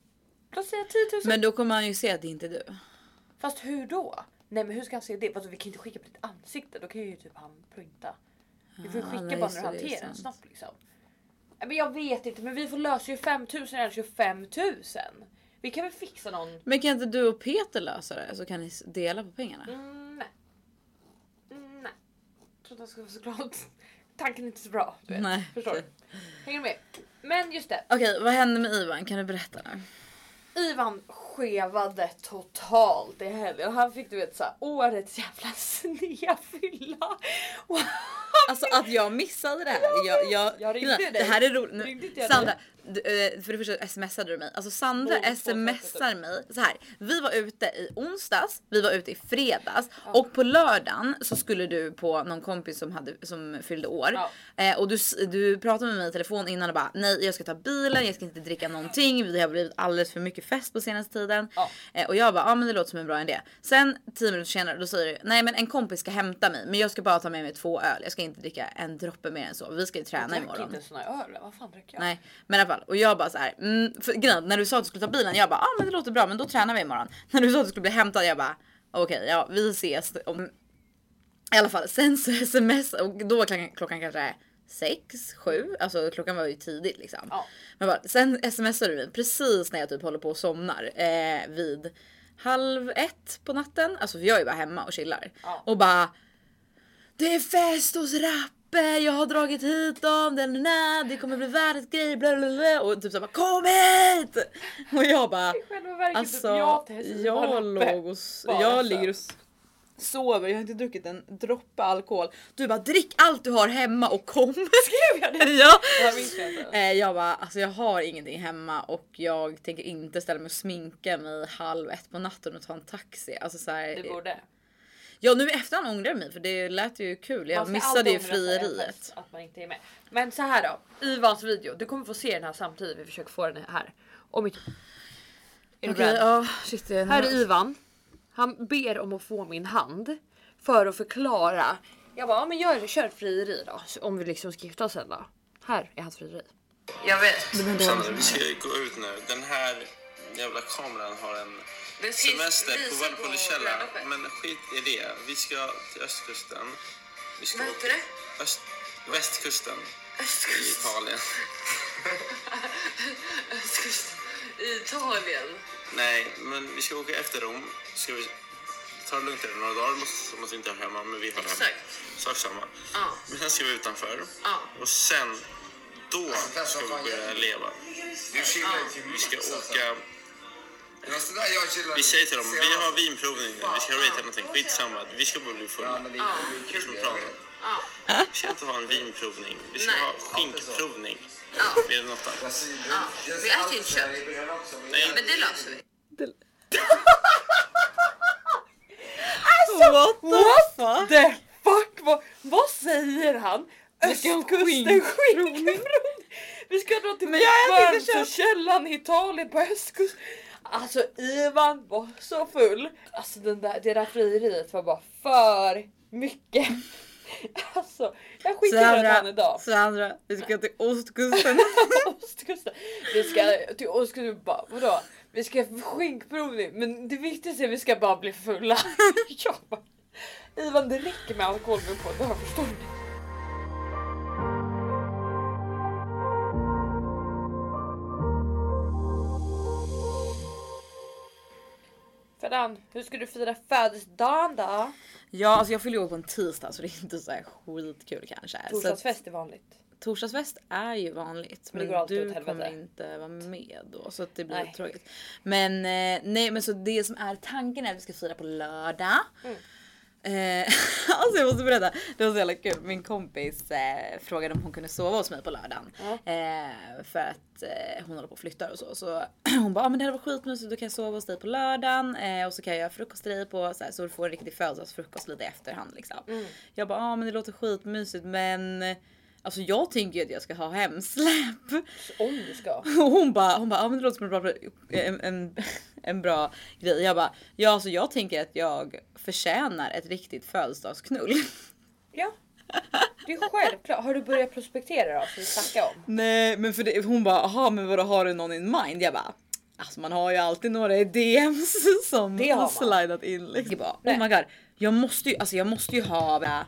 Speaker 2: Då säger jag 10 000.
Speaker 1: Men då kommer han ju se att det inte är du.
Speaker 2: Fast hur då? Nej men hur ska han se det? Vadå, vi kan inte skicka på ditt ansikte. Då kan ju typ han printa. Vi får ju
Speaker 1: Ja,
Speaker 2: skicka
Speaker 1: Ah, nej,
Speaker 2: bara
Speaker 1: så
Speaker 2: när du
Speaker 1: det är
Speaker 2: hanterar en
Speaker 1: sant.
Speaker 2: snopp liksom. Nej, Men jag vet inte men vi får lösa 25 000 eller 25 000. Vi kan väl fixa någon.
Speaker 1: Men kan inte du och Peter lösa det så kan ni s- dela på pengarna?
Speaker 2: Mm, nej. Mm, nej. Jag tror att han ska vara så glad. [laughs] Tanken är inte så bra. Du vet.
Speaker 1: Nej,
Speaker 2: Förstår du? Hänger du med? Men just det.
Speaker 1: Okej, vad hände med Ivan? Kan du berätta nu?
Speaker 2: Ivan skevade totalt i helgen. Han fick du vet så här, årets jävla [laughs] snefylla. [laughs] Och
Speaker 1: Alltså att jag missade det här. Jag, jag,
Speaker 2: Jag ringde
Speaker 1: Gud,
Speaker 2: dig.
Speaker 1: Det här är roligt.
Speaker 2: Ringde inte
Speaker 1: Nu-
Speaker 2: jag
Speaker 1: Sandra, du, eh, för det första smsade du mig. Alltså
Speaker 2: Någon
Speaker 1: Sandra
Speaker 2: två saker, typ.
Speaker 1: smsar mig så här. Vi var ute i onsdags, vi var ute i fredags och på lördagen så skulle du på någon kompis som, hade, som fyllde år.
Speaker 2: Ja.
Speaker 1: Eh, och du, s- du pratade med mig i telefon innan och bara nej jag ska ta bilen, jag ska inte dricka någonting. Vi har blivit alldeles för mycket fest på senaste tiden.
Speaker 2: Ja.
Speaker 1: Eh, och jag bara ja ah, men det låter som en bra idé. Sen 10 minuter senare då säger du nej men en kompis ska hämta mig men jag ska bara ta med mig två öl. Jag ska inte dricka en droppe mer än så. Vi ska ju träna
Speaker 2: drack
Speaker 1: imorgon.
Speaker 2: inte en sån här öl. Vad fan drack jag?
Speaker 1: Nej, men i alla fall. Och jag bara så här. Mm, för, grejen är att när du sa att du skulle ta bilen, jag bara ah, men det låter bra, men [laughs] då tränar vi imorgon. När du sa att du skulle bli hämtad, jag bara okej, ja, vi ses. Om... I alla fall sen så [laughs] sms och då klockan, klockan kanske är sex, sju, alltså klockan var ju tidigt liksom.
Speaker 2: Ja.
Speaker 1: Men bara, sen smsade du mig precis när jag typ håller på och somnar eh, vid halv ett på natten. Alltså för jag är ju bara hemma och chillar.
Speaker 2: Ja.
Speaker 1: Och bara det är fest hos Rappe, jag har dragit hit dem, den, den, den, det kommer bli världens grej, bla, bla, bla. och typ såhär kom hit! Och jag bara
Speaker 2: Själva verket typ
Speaker 1: Alltså
Speaker 2: jag,
Speaker 1: jag, låg och, s-
Speaker 2: bara
Speaker 1: jag
Speaker 2: sen.
Speaker 1: ligger och s- sover, jag har inte druckit en droppe alkohol. Du bara drick allt du har hemma och kom. Skrev jag det? [laughs] ja.
Speaker 2: Jag minns det
Speaker 1: [laughs]
Speaker 2: inte.
Speaker 1: Eh, Jag bara alltså jag har ingenting hemma och jag tänker inte ställa mig och sminka mig halv ett på natten och ta en taxi. Alltså så här,
Speaker 2: Du borde.
Speaker 1: ja nu i efterhand ångrar jag mig för det lät ju kul.
Speaker 2: Man
Speaker 1: Jag
Speaker 2: ska
Speaker 1: missade
Speaker 2: alltid
Speaker 1: ju
Speaker 2: ångra sig att-
Speaker 1: frieriet.
Speaker 2: Att man inte är med. Men så här då. Ivans video. Du kommer få se den här samtidigt. Vi försöker få den här. Om inte... Är du
Speaker 1: Okej,
Speaker 2: beredd?
Speaker 1: ja shit. det är-
Speaker 2: Här är Ivan. Han ber om att få min hand för att förklara. Jag bara, ja, men gör det, kör ett frieri då. Så Om vi liksom ska gifta oss sen då. Här är hans frieri.
Speaker 5: Jag vet.
Speaker 6: Sandra, vi ska gå ut nu. Den här jävla kameran har en
Speaker 5: Den syns-
Speaker 6: semester på
Speaker 5: visar på
Speaker 6: Valpolicella.
Speaker 5: bröllopet.
Speaker 6: Men skit i det. Vi ska till östkusten. Vi ska
Speaker 5: Vad
Speaker 6: åka-
Speaker 5: heter det?
Speaker 6: Öst, västkusten i
Speaker 5: Östkusten.
Speaker 6: Italien.
Speaker 5: Östkusten. Italien.
Speaker 6: Nej, men vi ska åka efter Rom. Ska vi ta det lugnt i några dagar. Det låter som att vi inte är hemma, men vi har hemma.
Speaker 5: Exakt.
Speaker 6: Sak samma.
Speaker 5: Ja.
Speaker 6: Men sen ska vi utanför.
Speaker 5: Ja.
Speaker 6: Och sen, då ska vi börja leva.
Speaker 7: Du chillar ju till
Speaker 6: Vi
Speaker 7: mix
Speaker 6: ska
Speaker 7: alltså.
Speaker 6: åka...
Speaker 7: Det var sådär jag chillade.
Speaker 6: Vi säger till dem, vi har vinprovning nu. Vi ska rata någonting. Skitsamma. Vi ska bara bli fulla.
Speaker 7: Ja, men det är
Speaker 6: Det är som
Speaker 7: kul.
Speaker 6: planen.
Speaker 5: Ja.
Speaker 6: Vi ska inte ha en vinprovning. Vi ska
Speaker 5: Nej.
Speaker 6: ha skinkprovning. Mer än något annat.
Speaker 5: vi äter inte kött.
Speaker 6: Nej.
Speaker 5: Men det löser vi.
Speaker 1: What the fuck?
Speaker 2: The fuck! Vad, vad säger han? Östkusten skinkprovning! Vi ska dra till Bernsekällan i Italien på östkusten. Alltså Ivan var så full. Alltså den där, det där frieriet var bara för mycket. [laughs] Alltså jag skiter i han idag.
Speaker 1: Sandra, vi ska till ostkusten.
Speaker 2: [laughs] Ostkusten. Vi ska till ostkusten bara vadå? Vi ska få skinkprovning men det viktigaste är att vi ska bara bli fulla. [laughs] Jag bara, Ivan det räcker med alkohol vi på dagen förstår du? Ferdan, hur ska du fira födelsedagen då?
Speaker 1: ja alltså jag fyller ju år på en tisdag så det är inte så här skitkul kanske. Så
Speaker 2: Torsdagsfest är vanligt.
Speaker 1: att torsdagsfest är ju vanligt
Speaker 2: Men det
Speaker 1: men,
Speaker 2: går alltid åt
Speaker 1: du
Speaker 2: helvete.
Speaker 1: kommer inte vara med då så att det blir
Speaker 2: Nej.
Speaker 1: tråkigt. Men eh, nej men så det som är tanken är att vi ska fira på lördag. Eh, [laughs] alltså jag måste berätta, det var så jävla kul. Min kompis eh, frågade om hon kunde sova hos mig på lördagen. Eh, för att eh, hon håller på och flyttar och så. Så [clears throat] hon bara, ah, men det hade varit skitmysigt, då kan jag sova hos dig på lördagen. Eh, och så kan jag göra frukost till dig på, så, här, så du får en riktig födelsedagsfrukost lite i efterhand liksom. Jag bara, ja ah, men det låter skitmysigt men Alltså jag tänker ju att jag ska ha hemsläp.
Speaker 2: Om du ska.
Speaker 1: Och [laughs] hon bara, hon bara, ja men det låter som en bra, eh, en, en, [laughs] en bra grej. Jag bara, ja alltså jag tänker att jag förtjänar ett riktigt födelsedagsknull. [laughs]
Speaker 2: Ja. Det är självklart. Har du börjat prospektera då? Som vi snackade om.
Speaker 1: Nej men för det, hon bara, jaha men vadå har du någon in mind? Jag bara, alltså man har ju alltid några i DMs [laughs] som
Speaker 2: Det har man.
Speaker 1: slidat in liksom. Jag bara, oh my god, jag måste ju, alltså jag måste ju ha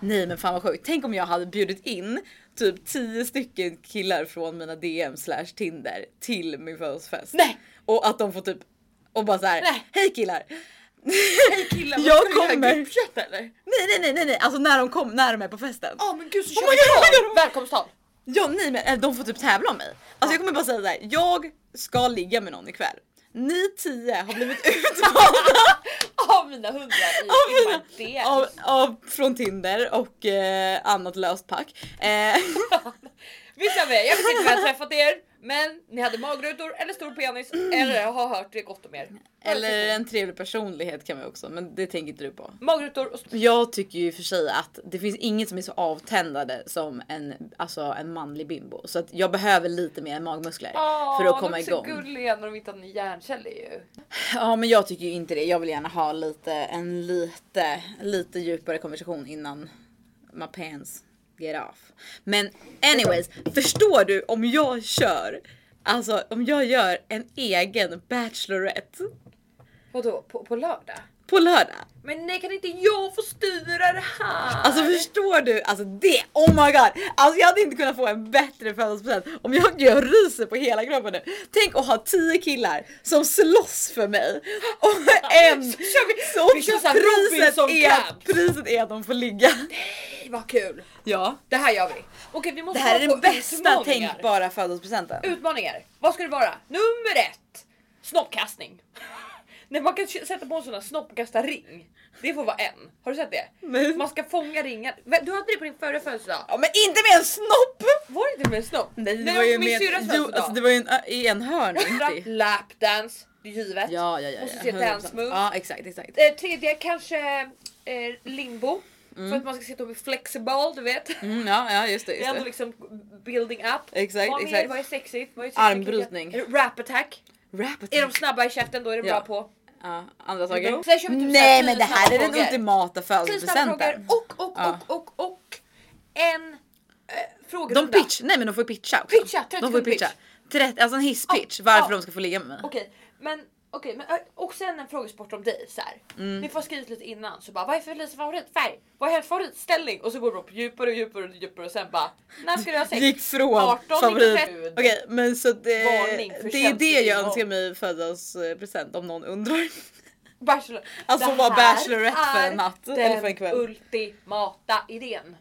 Speaker 1: Nej men fan vad sjukt. Tänk om jag hade bjudit in typ 10 stycken killar från mina DM slash Tinder till min födelsedagsfest.
Speaker 2: Nej!
Speaker 1: Och att de får typ och bara så här.
Speaker 2: Nej.
Speaker 1: hej killar. [laughs]
Speaker 2: Hej killar,
Speaker 1: Jag kommer.
Speaker 2: Gruppchatt eller?
Speaker 1: Nej nej nej nej nej alltså när de kom när de är på festen.
Speaker 2: Ja men gud så
Speaker 1: Oh
Speaker 2: kör
Speaker 1: my god, oh my
Speaker 2: vi
Speaker 1: god,
Speaker 2: tal!
Speaker 1: oh my-
Speaker 2: Välkomsttal!
Speaker 1: Ja nej men eh, de får typ tävla om mig. Alltså jag kommer bara säga såhär, jag ska ligga med någon ikväll. Ni tio har
Speaker 2: [laughs]
Speaker 1: blivit utvalda
Speaker 2: Av mina hundar i
Speaker 1: Av mina-
Speaker 2: i my
Speaker 1: av,
Speaker 2: DMs.
Speaker 1: av, från Tinder och eh, annat löst pack. Eh, [laughs]
Speaker 2: Vissa av er, jag vet inte om jag har träffat er men ni hade magrutor eller stor penis eller jag har hört det gott om er.
Speaker 1: Mm. eller en trevlig personlighet kan vi också men det tänker inte du på.
Speaker 2: Magrutor och st-
Speaker 1: Jag tycker ju i och för sig att det finns inget som är så avtändade som en, alltså en manlig bimbo. Så att jag behöver lite mer magmuskler för att komma igång.
Speaker 2: De är så gulliga när de inte har någon hjärnceller ju.
Speaker 1: Ja men jag tycker ju inte det. Jag vill gärna ha lite, en lite, lite djupare konversation innan my pants get off. Men anyways, förstår du om jag kör, alltså om jag gör en egen Bachelorette
Speaker 2: Vadå på, på lördag?
Speaker 1: På lördag.
Speaker 8: Men nej kan inte jag få styra det här?
Speaker 1: Alltså förstår du? Alltså det, oh my god! Alltså jag hade inte kunnat få en bättre födelsedagspresent om jag, jag ryser på hela kroppen nu. Tänk att ha tio killar som slåss för mig och en som
Speaker 2: vi [laughs] kör så här
Speaker 1: priset
Speaker 2: Robinson
Speaker 1: är, att,
Speaker 2: Cup.
Speaker 1: priset är att de får ligga.
Speaker 2: Nej, Vad kul!
Speaker 1: Ja.
Speaker 2: Det här gör vi. Okej vi
Speaker 1: Det
Speaker 2: måste
Speaker 1: här är
Speaker 2: vara på
Speaker 1: den bästa
Speaker 2: utmaningar.
Speaker 1: tänkbara födelsedagspresenten.
Speaker 2: Utmaningar. Vad ska det vara? Nummer ett. Snoppkastning. [laughs] Nej, man kan k- sätta på en sån här snoppkastarring. Det får vara en. Har du sett det?
Speaker 1: Nej.
Speaker 2: Man ska fånga ringar. Va, Du hade det på din förra födelsedag.
Speaker 1: Ja men inte med en snopp!
Speaker 2: Var det inte med en snopp?
Speaker 1: Nej det
Speaker 2: Nej,
Speaker 1: var ju
Speaker 2: och min
Speaker 1: med,
Speaker 2: syrras
Speaker 1: jo,
Speaker 2: födelsedag.
Speaker 1: alltså, det var ju en, i en hörn.
Speaker 2: Andra, Lapdance, det är givet.
Speaker 1: Ja, ja, ja.
Speaker 2: Måste
Speaker 1: ja,
Speaker 2: se
Speaker 1: 100%.
Speaker 2: dance moves.
Speaker 1: Ja, exakt, exakt.
Speaker 2: Eh, tredje kanske eh, limbo. För att man ska sitta och bli flexible, du vet.
Speaker 1: Mm, ja, ja, just det.
Speaker 2: Det är
Speaker 1: Just
Speaker 2: ändå
Speaker 1: det.
Speaker 2: liksom building up.
Speaker 1: Exakt,
Speaker 2: vad mer?
Speaker 1: exakt.
Speaker 2: Vad är sexigt? Vad är sexigt?
Speaker 1: Armbrytning.
Speaker 2: Är det Rap attack.
Speaker 1: Rap attack.
Speaker 2: Är de snabba i käften då är det
Speaker 1: Mm. Ja.
Speaker 2: bra på.
Speaker 1: Ja, andra saker.
Speaker 2: Sen kör vi typ
Speaker 1: Nej
Speaker 2: så
Speaker 1: men det här är den
Speaker 2: snabba frågor.
Speaker 1: ultimata
Speaker 2: Tio snabba frågor
Speaker 1: födelsedagspresenten.
Speaker 2: och och,
Speaker 1: Alltså, Ja.
Speaker 2: och och och en eh,
Speaker 1: De
Speaker 2: frågerunda.
Speaker 1: pitch, nej men de får ju pitcha också.
Speaker 2: Pitcha, 30
Speaker 1: de får ju
Speaker 2: pitch.
Speaker 1: pitcha. 30, alltså en hisspitch varför
Speaker 2: ja.
Speaker 1: de ska få ligga med mig.
Speaker 2: Okej men okej men eh, och sen en frågesport om dig så här.
Speaker 1: Mm.
Speaker 2: Ni får ha skrivit lite innan så bara vad är Felicias favoritfärg? Vad är hennes favoritställning? Och så går det upp djupare och djupare och djupare och sen bara när ska du ha sex?
Speaker 1: Gick från
Speaker 2: 18,
Speaker 1: favorit.
Speaker 2: 95.
Speaker 1: Okej men så det,
Speaker 2: Varning för
Speaker 1: det är det jag
Speaker 2: känslig
Speaker 1: önskar mig i födelsedagspresent om någon undrar.
Speaker 2: Bachelor.
Speaker 1: Alltså,
Speaker 2: Det
Speaker 1: vara
Speaker 2: här
Speaker 1: bachelorette för en
Speaker 2: är
Speaker 1: natt, eller för en kväll.
Speaker 2: Den ultimata idén.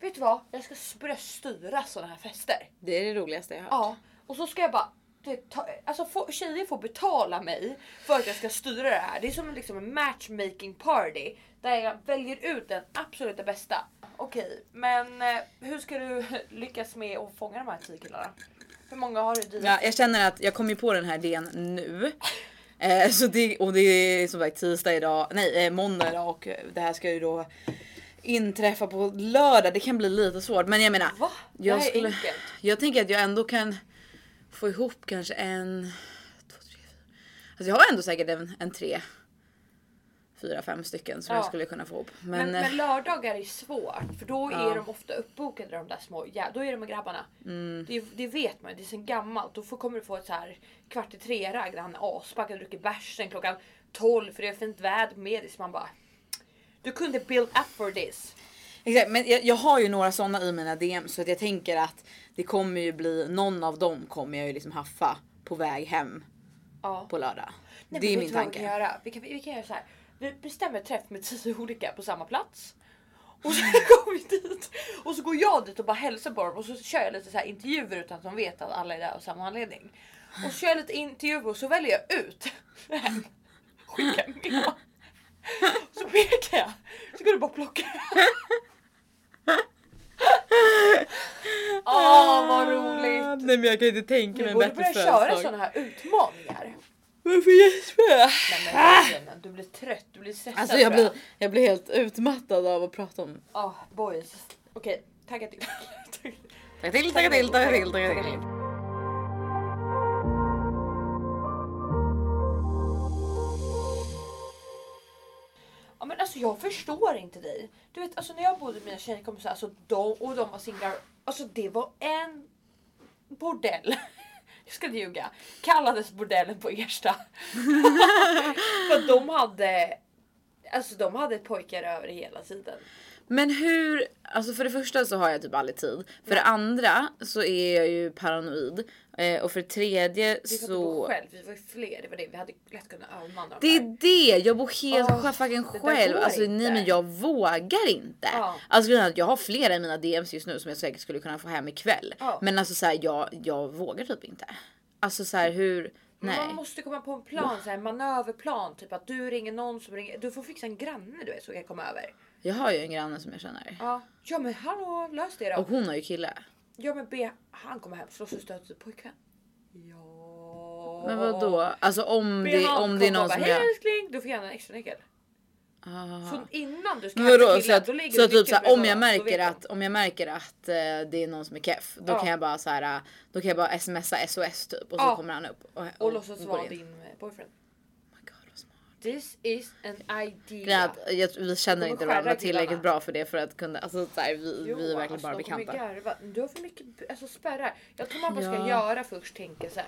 Speaker 2: Vet du vad? Jag ska bröststyra sådana här fester.
Speaker 1: Det är det roligaste jag har
Speaker 2: Ja, och så ska jag bara du vet, ta, alltså få, tjejer får betala mig för att jag ska styra det här. Det är som en, liksom en matchmaking party där jag väljer ut den absoluta bästa. Okej, men eh, hur ska du [laughs] lyckas med att fånga de här tio killarna? Hur många har du dit?
Speaker 1: Ja, jag känner att jag kom ju på den här idén nu. Eh, så det, och det är som sagt tisdag idag, nej eh, måndag idag och det här ska ju då inträffa på lördag. Det kan bli lite svårt men jag menar.
Speaker 2: Va?
Speaker 1: Jag,
Speaker 2: det här
Speaker 1: skulle,
Speaker 2: är enkelt.
Speaker 1: jag tänker att jag ändå kan få ihop kanske en, två, tre, fyra. Alltså jag har ändå säkert en, en tre, fyra, fem stycken som
Speaker 2: Ja.
Speaker 1: jag skulle kunna få ihop. Men,
Speaker 2: Men,
Speaker 1: eh,
Speaker 2: men lördagar är svårt för då
Speaker 1: Ja.
Speaker 2: är de ofta uppbokade de där små, ja, då är de med grabbarna. Det, det vet man ju, det är sen gammalt. Då får, kommer du få ett så här kvart i tre-ragg där han är aspackad och dricker bärsen klockan 12 för det är fint väder på Medis. Man bara du kunde build up for this.
Speaker 1: Exakt, men jag, jag har ju några sådana i mina DM så att jag tänker att det kommer ju bli, någon av dem kommer jag ju liksom haffa på väg hem
Speaker 2: Ja.
Speaker 1: på lördag.
Speaker 2: Nej,
Speaker 1: det
Speaker 2: men
Speaker 1: är
Speaker 2: vet du
Speaker 1: min
Speaker 2: vad Vi
Speaker 1: tanke.
Speaker 2: kan, göra? Vi, kan, vi kan göra så här. Vi bestämmer träff med tio [laughs] olika på samma plats. Och
Speaker 1: Mm.
Speaker 2: så går vi dit och så går jag dit och bara hälsar på dem och så kör jag lite så här intervjuer utan att de vet att alla är där av samma anledning. Och så kör jag lite intervjuer och så väljer jag ut [laughs] en. Skickar med. Så pekar jag. Så går det bara att
Speaker 1: [laughs]
Speaker 2: plocka. Åh Ah, vad roligt.
Speaker 1: Nej men jag kan inte tänka mig
Speaker 2: Vi
Speaker 1: en
Speaker 2: borde
Speaker 1: bättre
Speaker 2: börja köra
Speaker 1: födelsedag.
Speaker 2: sådana här utmaningar.
Speaker 1: Varför gäspar
Speaker 2: Nej, men verkligen, du blir trött, du blir stressad.
Speaker 1: Ah! Alltså jag
Speaker 2: tror
Speaker 1: blir, jag blir helt utmattad av att prata om...
Speaker 2: Ah, boys. Okej, tagga till. [laughs]
Speaker 1: Tacka till, tacka till, tacka till, tacka till.
Speaker 2: ja, men alltså jag förstår inte dig. Du vet alltså när jag bodde med mina tjejkompisar alltså, de, och de var singlar. Alltså det var en bordell. [laughs] Jag ska inte ljuga. Kallades bordellen på Ersta. [laughs] För de hade Alltså de hade pojkar över hela tiden.
Speaker 1: Men hur, alltså för det första så har jag typ aldrig tid. För det andra så är jag ju paranoid. Eh, och för det tredje
Speaker 2: Vi kunde bo
Speaker 1: så...
Speaker 2: själv, vi var ju fler. Det var det. Vi hade lätt kunnat övermanna de
Speaker 1: Det
Speaker 2: här.
Speaker 1: är det, jag bor helt
Speaker 2: Åh,
Speaker 1: oh, fucking
Speaker 2: det där
Speaker 1: själv.
Speaker 2: går
Speaker 1: Alltså, nej
Speaker 2: inte.
Speaker 1: men jag vågar inte.
Speaker 2: Ja.
Speaker 1: Alltså grejen är att jag har flera i mina DMs just nu som jag säkert skulle kunna få hem ikväll.
Speaker 2: Ja.
Speaker 1: Men alltså så här, jag, jag vågar typ inte. Alltså så här hur,
Speaker 2: Men
Speaker 1: nej.
Speaker 2: Man måste komma på en plan, så här, en manöverplan. Typ att du ringer någon som ringer. Du får fixa en granne du är som kan komma över.
Speaker 1: Jag har ju en granne som jag känner.
Speaker 2: Ja, ja men hallå lös det
Speaker 1: Och
Speaker 2: då.
Speaker 1: hon har ju kille.
Speaker 2: Ja men be han kommer hem slåss och stöter pojkvän. Ja.
Speaker 1: Men vad då? Alltså om
Speaker 2: Be
Speaker 1: det,
Speaker 2: han
Speaker 1: om det är
Speaker 2: komma och bara,
Speaker 1: någon som
Speaker 2: Hej
Speaker 1: jag...
Speaker 2: älskling, du får gärna en extra nyckel.
Speaker 1: Ah.
Speaker 2: Så innan du ska
Speaker 1: Men
Speaker 2: hem till
Speaker 1: vadå? Så
Speaker 2: killen,
Speaker 1: att,
Speaker 2: då lägger
Speaker 1: så
Speaker 2: du
Speaker 1: att typ
Speaker 2: nyckeln
Speaker 1: såhär, om
Speaker 2: bredvid
Speaker 1: jag
Speaker 2: honom, så
Speaker 1: märker
Speaker 2: vet
Speaker 1: att, om jag märker att eh, det är någon som är keff då
Speaker 2: Ja.
Speaker 1: kan jag bara så här, eh, då kan jag bara smsa SOS typ och så
Speaker 2: Ja.
Speaker 1: kommer han upp. Och,
Speaker 2: de. Och låtsas
Speaker 1: går
Speaker 2: vara
Speaker 1: in.
Speaker 2: din eh, boyfriend.
Speaker 1: Oh my God, vad smart.
Speaker 2: This is an idea.
Speaker 1: Grejen är att jag, vi känner
Speaker 2: Kommer
Speaker 1: inte
Speaker 2: skära
Speaker 1: varandra tillräckligt
Speaker 2: killarna.
Speaker 1: bra för det för att kunna, alltså så här, vi,
Speaker 2: Jo,
Speaker 1: vi är verkligen
Speaker 2: alltså,
Speaker 1: bara
Speaker 2: de kommer
Speaker 1: bekanta.
Speaker 2: garva. Du har för mycket alltså, spärrar. Jag tror man bara
Speaker 1: Ja.
Speaker 2: ska göra först, tänka sen.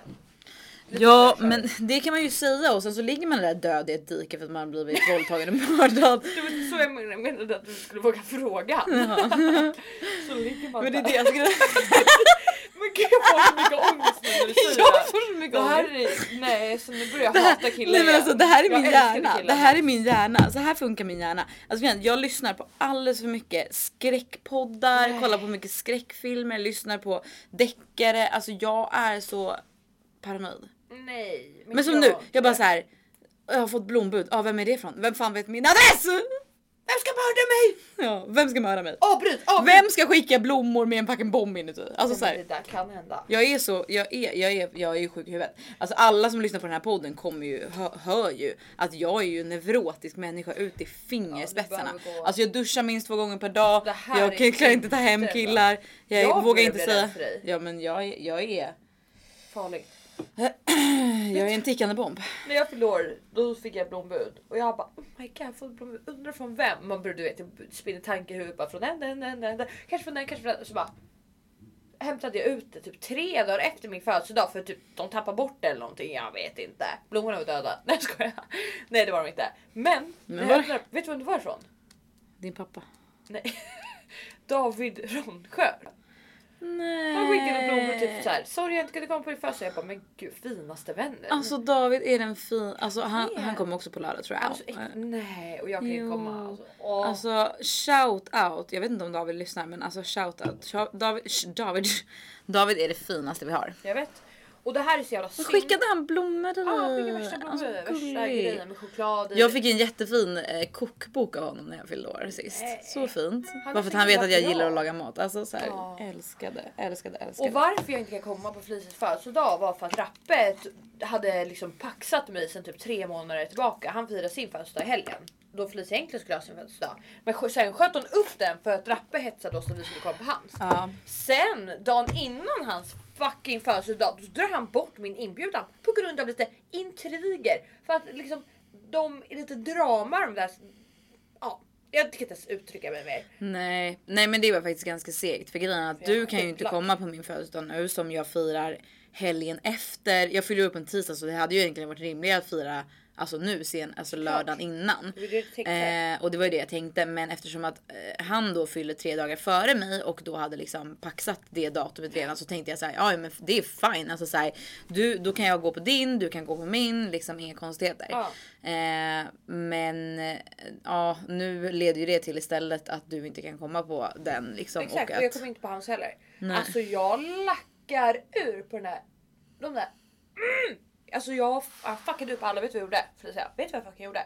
Speaker 1: Ja men det kan man ju säga och sen så ligger man där död i ett dike för att man har blivit våldtagen och
Speaker 2: [laughs]
Speaker 1: mördad.
Speaker 2: Det var inte så jag menade, jag menade att du skulle våga fråga. så ligger man
Speaker 1: Men det
Speaker 2: där.
Speaker 1: är det [laughs] jag skulle...
Speaker 2: Men gud jag får så mycket ångest nu när du säger
Speaker 1: Jag
Speaker 2: det.
Speaker 1: får så mycket
Speaker 2: Det
Speaker 1: ångest.
Speaker 2: här är, nej så nu börjar jag
Speaker 1: Det här,
Speaker 2: hata killar
Speaker 1: nej men
Speaker 2: igen.
Speaker 1: alltså det här är
Speaker 2: Jag
Speaker 1: min
Speaker 2: älskade
Speaker 1: hjärna.
Speaker 2: killar.
Speaker 1: Det här är min hjärna. Så här funkar min hjärna. Alltså igen, jag lyssnar på alldeles för mycket skräckpoddar, kollar på mycket skräckfilmer, lyssnar på deckare. Alltså jag är så paranoid.
Speaker 2: Nej.
Speaker 1: Men som
Speaker 2: jag-
Speaker 1: nu, jag bara så här. Jag har fått blombud. Ja, vem är det från? Vem fan vet min adress? Vem ska mörda mig? Ja, vem ska mörda mig?
Speaker 8: Avbryt! avbryt.
Speaker 1: Vem ska skicka blommor med en fucking bomb inuti? Alltså så
Speaker 8: Men det
Speaker 1: här,
Speaker 8: där kan hända.
Speaker 1: jag är så, jag är, jag är, jag är ju sjuk i huvudet. Alltså alla som lyssnar på den här podden kommer ju, hö, hör ju att jag är ju en neurotisk människa ut i fingerspetsarna.
Speaker 2: Ja, du behöver gå.
Speaker 1: alltså jag duschar minst två gånger per dag.
Speaker 2: Det här
Speaker 1: Jag
Speaker 2: är
Speaker 1: kan, klarar inte ta hem
Speaker 2: inte bra.
Speaker 1: killar. Jag,
Speaker 2: Jag
Speaker 1: vågar
Speaker 2: börjar
Speaker 1: inte
Speaker 2: bli
Speaker 1: säga.
Speaker 2: rädd för dig.
Speaker 1: Ja men jag, är- jag är,
Speaker 2: Farligt.
Speaker 1: jag är en tickande bomb.
Speaker 2: När jag fyllde år då fick jag blombud och jag bara oh my god jag får blombud. Undrar från vem? Man började du vet jag spinner tankar i huvudet bara från den, den, den, den, den. Kanske från den, kanske från den. Så bara hämtade jag ut det typ tre dagar efter min födelsedag för typ de tappade bort det eller någonting. Jag vet inte. Blommorna var döda. [laughs] Nej jag skojar. Nej det var de inte. Men, när
Speaker 1: var-
Speaker 2: jag öppnade, vet du vem det var ifrån?
Speaker 1: Din pappa.
Speaker 2: Nej. David Ronsjö.
Speaker 1: Nej.
Speaker 2: Han skickade
Speaker 1: Eh.
Speaker 2: blommor typ såhär. Sorry jag inte kunde komma på din födelsedag. Jag bara men gud finaste vänner.
Speaker 1: Alltså David är den fin, alltså han,
Speaker 2: Yeah.
Speaker 1: han kommer också på lördag tror jag.
Speaker 2: Alltså, äck- nej och jag kan ju
Speaker 1: Jo.
Speaker 2: komma. Alltså, åh.
Speaker 1: Alltså shout out. Jag vet inte om David lyssnar men alltså shout out. Sha- David, sh- David, [laughs] David är det finaste vi har.
Speaker 2: Jag vet. Och det här är så jävla synd.
Speaker 1: Skickade han blommor till
Speaker 2: Ja, han
Speaker 1: dig?
Speaker 2: skickade värsta blommor.
Speaker 1: Alltså,
Speaker 2: värsta
Speaker 1: gullig.
Speaker 2: grejer med choklad i.
Speaker 1: Jag fick ju en jättefin eh, kokbok av honom när jag fyllde år sist.
Speaker 2: Eh,
Speaker 1: Så fint. Bara för att
Speaker 2: så
Speaker 1: han vet att jag
Speaker 2: glad.
Speaker 1: gillar att laga mat. Alltså så här,
Speaker 2: Ja.
Speaker 1: älskade, älskade, älskade.
Speaker 2: Och varför jag inte kan komma på Felices födelsedag var för att Rappet hade liksom paxat mig sen typ tre månader tillbaka. Han firade sin födelsedag i helgen. Då Felicia egentligen skulle ha sin födelsedag. Men sk- sen sköt hon upp den för att Rappe hetsade oss att vi skulle komma på hans.
Speaker 1: ja.
Speaker 2: Sen dagen innan hans fucking födelsedag då drar han bort min inbjudan på grund av lite intriger. För att liksom de är lite drama de där. Ja, jag kan inte ens uttrycka mig mer.
Speaker 1: Nej. Nej men det var faktiskt ganska segt för grejen är att du kan ju inte komma på min födelsedag nu som jag firar helgen efter. Jag fyller upp en tisdag så det hade ju egentligen varit rimligt att fira alltså nu sen, alltså lördagen innan.
Speaker 2: Det är det jag tänkte.
Speaker 1: Eh, och det var ju det jag tänkte men eftersom att eh, han då fyller tre dagar före mig och då hade liksom paxat det datumet redan så tänkte jag såhär, ja men det är fine. Alltså såhär, du, då kan jag gå på din, du kan gå på min, liksom inga konstigheter.
Speaker 2: Ja.
Speaker 1: Eh, men eh, ja, nu leder ju det till istället att du inte kan komma på den liksom.
Speaker 2: Exakt
Speaker 1: och
Speaker 2: och jag
Speaker 1: att,
Speaker 2: kom inte på hans heller.
Speaker 1: Nej.
Speaker 2: Alltså jag lackar ur på den där. De där. Mm! Alltså jag, jag fuckade upp alla. Vet du vad jag gjorde? Felicia, vet du vad jag fucking gjorde?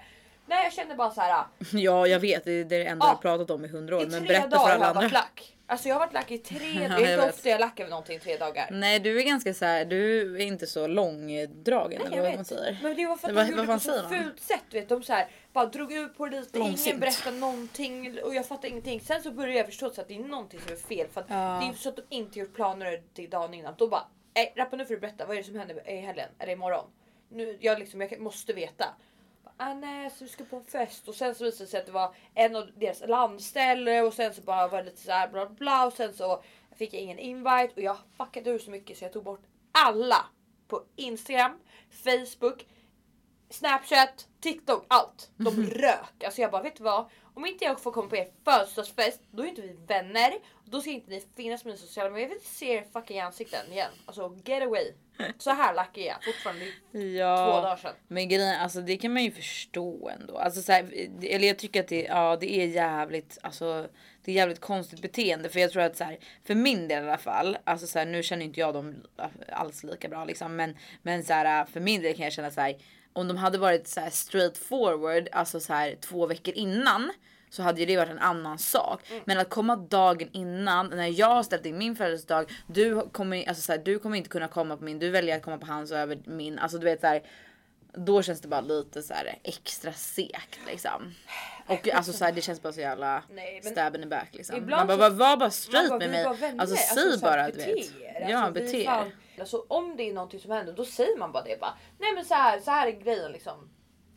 Speaker 2: Nej jag kände bara så här.
Speaker 1: [laughs] ja, jag vet, det är det enda
Speaker 2: Ja.
Speaker 1: jag har pratat om i hundra år.
Speaker 2: I
Speaker 1: Men
Speaker 2: tre
Speaker 1: berätta
Speaker 2: dagar
Speaker 1: för
Speaker 2: har
Speaker 1: alla
Speaker 2: jag
Speaker 1: andra.
Speaker 2: varit lack. Alltså jag har varit lack i tre
Speaker 1: [laughs] Ja,
Speaker 2: dagar. Det är
Speaker 1: jag
Speaker 2: inte
Speaker 1: vet.
Speaker 2: ofta jag lackar över någonting i tre dagar.
Speaker 1: Nej, du är ganska så här, du är inte så långdragen
Speaker 2: Nej, jag
Speaker 1: eller vad man
Speaker 2: vet.
Speaker 1: säger.
Speaker 2: Men det var för
Speaker 1: Det
Speaker 2: att
Speaker 1: var-
Speaker 2: de gjorde
Speaker 1: vad fan
Speaker 2: på
Speaker 1: säger
Speaker 2: så
Speaker 1: man?
Speaker 2: fult sätt. Du vet, de så här, bara drog ut på det lite,
Speaker 1: Långsint.
Speaker 2: ingen berättade någonting och jag fattade ingenting. Sen så började jag förstå så att det är någonting som är fel. För att Det är ju så att de inte gjort planer till dagen innan. Då bara, "Ey, rappa nu får du berätta. Vad är det som händer i helgen? Eller imorgon? Nu, jag, liksom, jag måste veta. Bara, Ah, nej, så vi ska på en fest och sen så visade det sig att det var en av deras landställe och sen så bara var det lite så här bla bla, bla och sen så fick jag ingen invite och jag fuckade ur så mycket så jag tog bort alla på Instagram, Facebook, Snapchat, TikTok, allt. De
Speaker 1: Mhm.
Speaker 2: rök. Alltså jag bara vet du vad? Om inte jag får komma på er födelsedagsfest då är inte vi vänner. Då ska inte ni finnas på mina sociala medier. Jag vill inte se er fucking ansikten igen. Alltså get away. Så här lackig är jag fortfarande. Det är Två dagar
Speaker 1: Ja,
Speaker 2: sedan.
Speaker 1: men grejen, alltså det kan man ju förstå ändå. Alltså så här, det- eller jag tycker att det, ja, det är jävligt, alltså det är jävligt konstigt beteende för jag tror att så här, för min del i alla fall, alltså så här, nu känner inte jag dem alls lika bra liksom, men men så här för min del kan jag känna så här om de hade varit så här straight forward, alltså så här två veckor innan så hade ju det varit en annan sak. Men att komma dagen innan när jag har ställt in min födelsedag. Du kommer, alltså så här, du kommer inte kunna komma på min. Du väljer att komma på hans över min. Alltså du vet så här. Då känns det bara lite så här extra segt liksom. Och alltså så här, det känns bara så jävla
Speaker 2: [laughs] Nej, men-
Speaker 1: stab in the back liksom.
Speaker 2: Ibland
Speaker 1: Man bara,
Speaker 2: så-
Speaker 1: var, var bara
Speaker 2: Man
Speaker 1: straight
Speaker 2: bara,
Speaker 1: med
Speaker 2: vi
Speaker 1: mig.
Speaker 2: var vänner.
Speaker 1: Alltså säg
Speaker 2: så här,
Speaker 1: bara du
Speaker 2: bete
Speaker 1: vet.
Speaker 2: er.
Speaker 1: Ja
Speaker 2: vi
Speaker 1: bete
Speaker 2: fan-
Speaker 1: er.
Speaker 2: Alltså, om det är någonting som händer då säger man bara det. Bara, Nej men så här, så här är grejen liksom.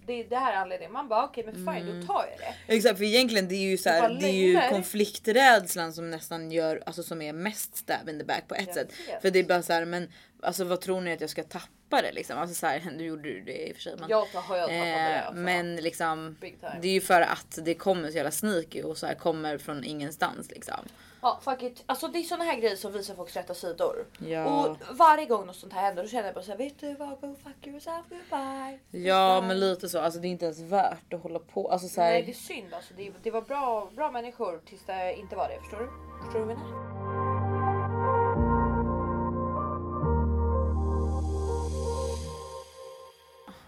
Speaker 2: Det, det här är anledningen. Man bara okej men fine
Speaker 1: Mm.
Speaker 2: då tar jag det.
Speaker 1: Exakt för egentligen det är ju så
Speaker 2: Det
Speaker 1: här,
Speaker 2: bara
Speaker 1: det är ju
Speaker 2: lögner.
Speaker 1: konflikträdslan som nästan gör, alltså som är mest stab in the back på ett sätt.
Speaker 2: vet.
Speaker 1: För det är bara så här, men Alltså vad tror ni att jag ska tappa det liksom? Alltså så här, [laughs] nu gjorde du det i och för sig. Men,
Speaker 2: Jag tar, har jag tappat det.
Speaker 1: eh,
Speaker 2: Alltså.
Speaker 1: men liksom
Speaker 2: Big time.
Speaker 1: det är ju för att det kommer så jävla sneaky och så här kommer från ingenstans liksom.
Speaker 2: Ja, fuck it. Alltså det är såna här grejer som visar folks rätta sidor.
Speaker 1: Ja.
Speaker 2: Och varje gång något sånt här händer då känner jag bara såhär, vet du vad? Go fuck yourself, goodbye.
Speaker 1: Ja men lite så, alltså det är inte ens värt att hålla på. Alltså så här,
Speaker 2: Nej det är synd alltså. Det, det var bra, bra människor tills det inte var det. Förstår du? Förstår du vad jag menar?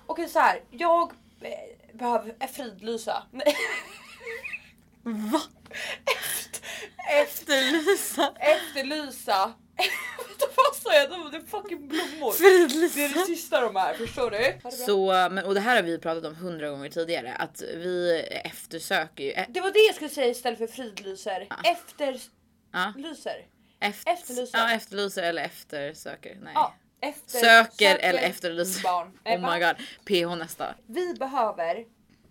Speaker 2: Okej så här. jag eh, behöver fridlysa. Nej.
Speaker 1: [laughs] Va?
Speaker 2: [laughs]
Speaker 1: Efterlysa?
Speaker 2: Efterlysa. [laughs] Vänta, vad sa jag? Det var fucking blommor. Det är det sista de är, förstår du? Ha det bra.
Speaker 1: Så, men, och det här har vi pratat om hundra gånger tidigare att vi eftersöker ju. E-
Speaker 2: Det var det jag skulle säga istället för fridlyser.
Speaker 1: Ja.
Speaker 2: Efterlyser.
Speaker 1: eft-
Speaker 2: Efterlyser.
Speaker 1: Ja, efterlyser eller eftersöker. Nej.
Speaker 2: Ja, efter,
Speaker 1: Söker, eller efterlyser.
Speaker 2: Barn. Nej,
Speaker 1: Oh my
Speaker 2: barn.
Speaker 1: god. PH nästa.
Speaker 2: Vi behöver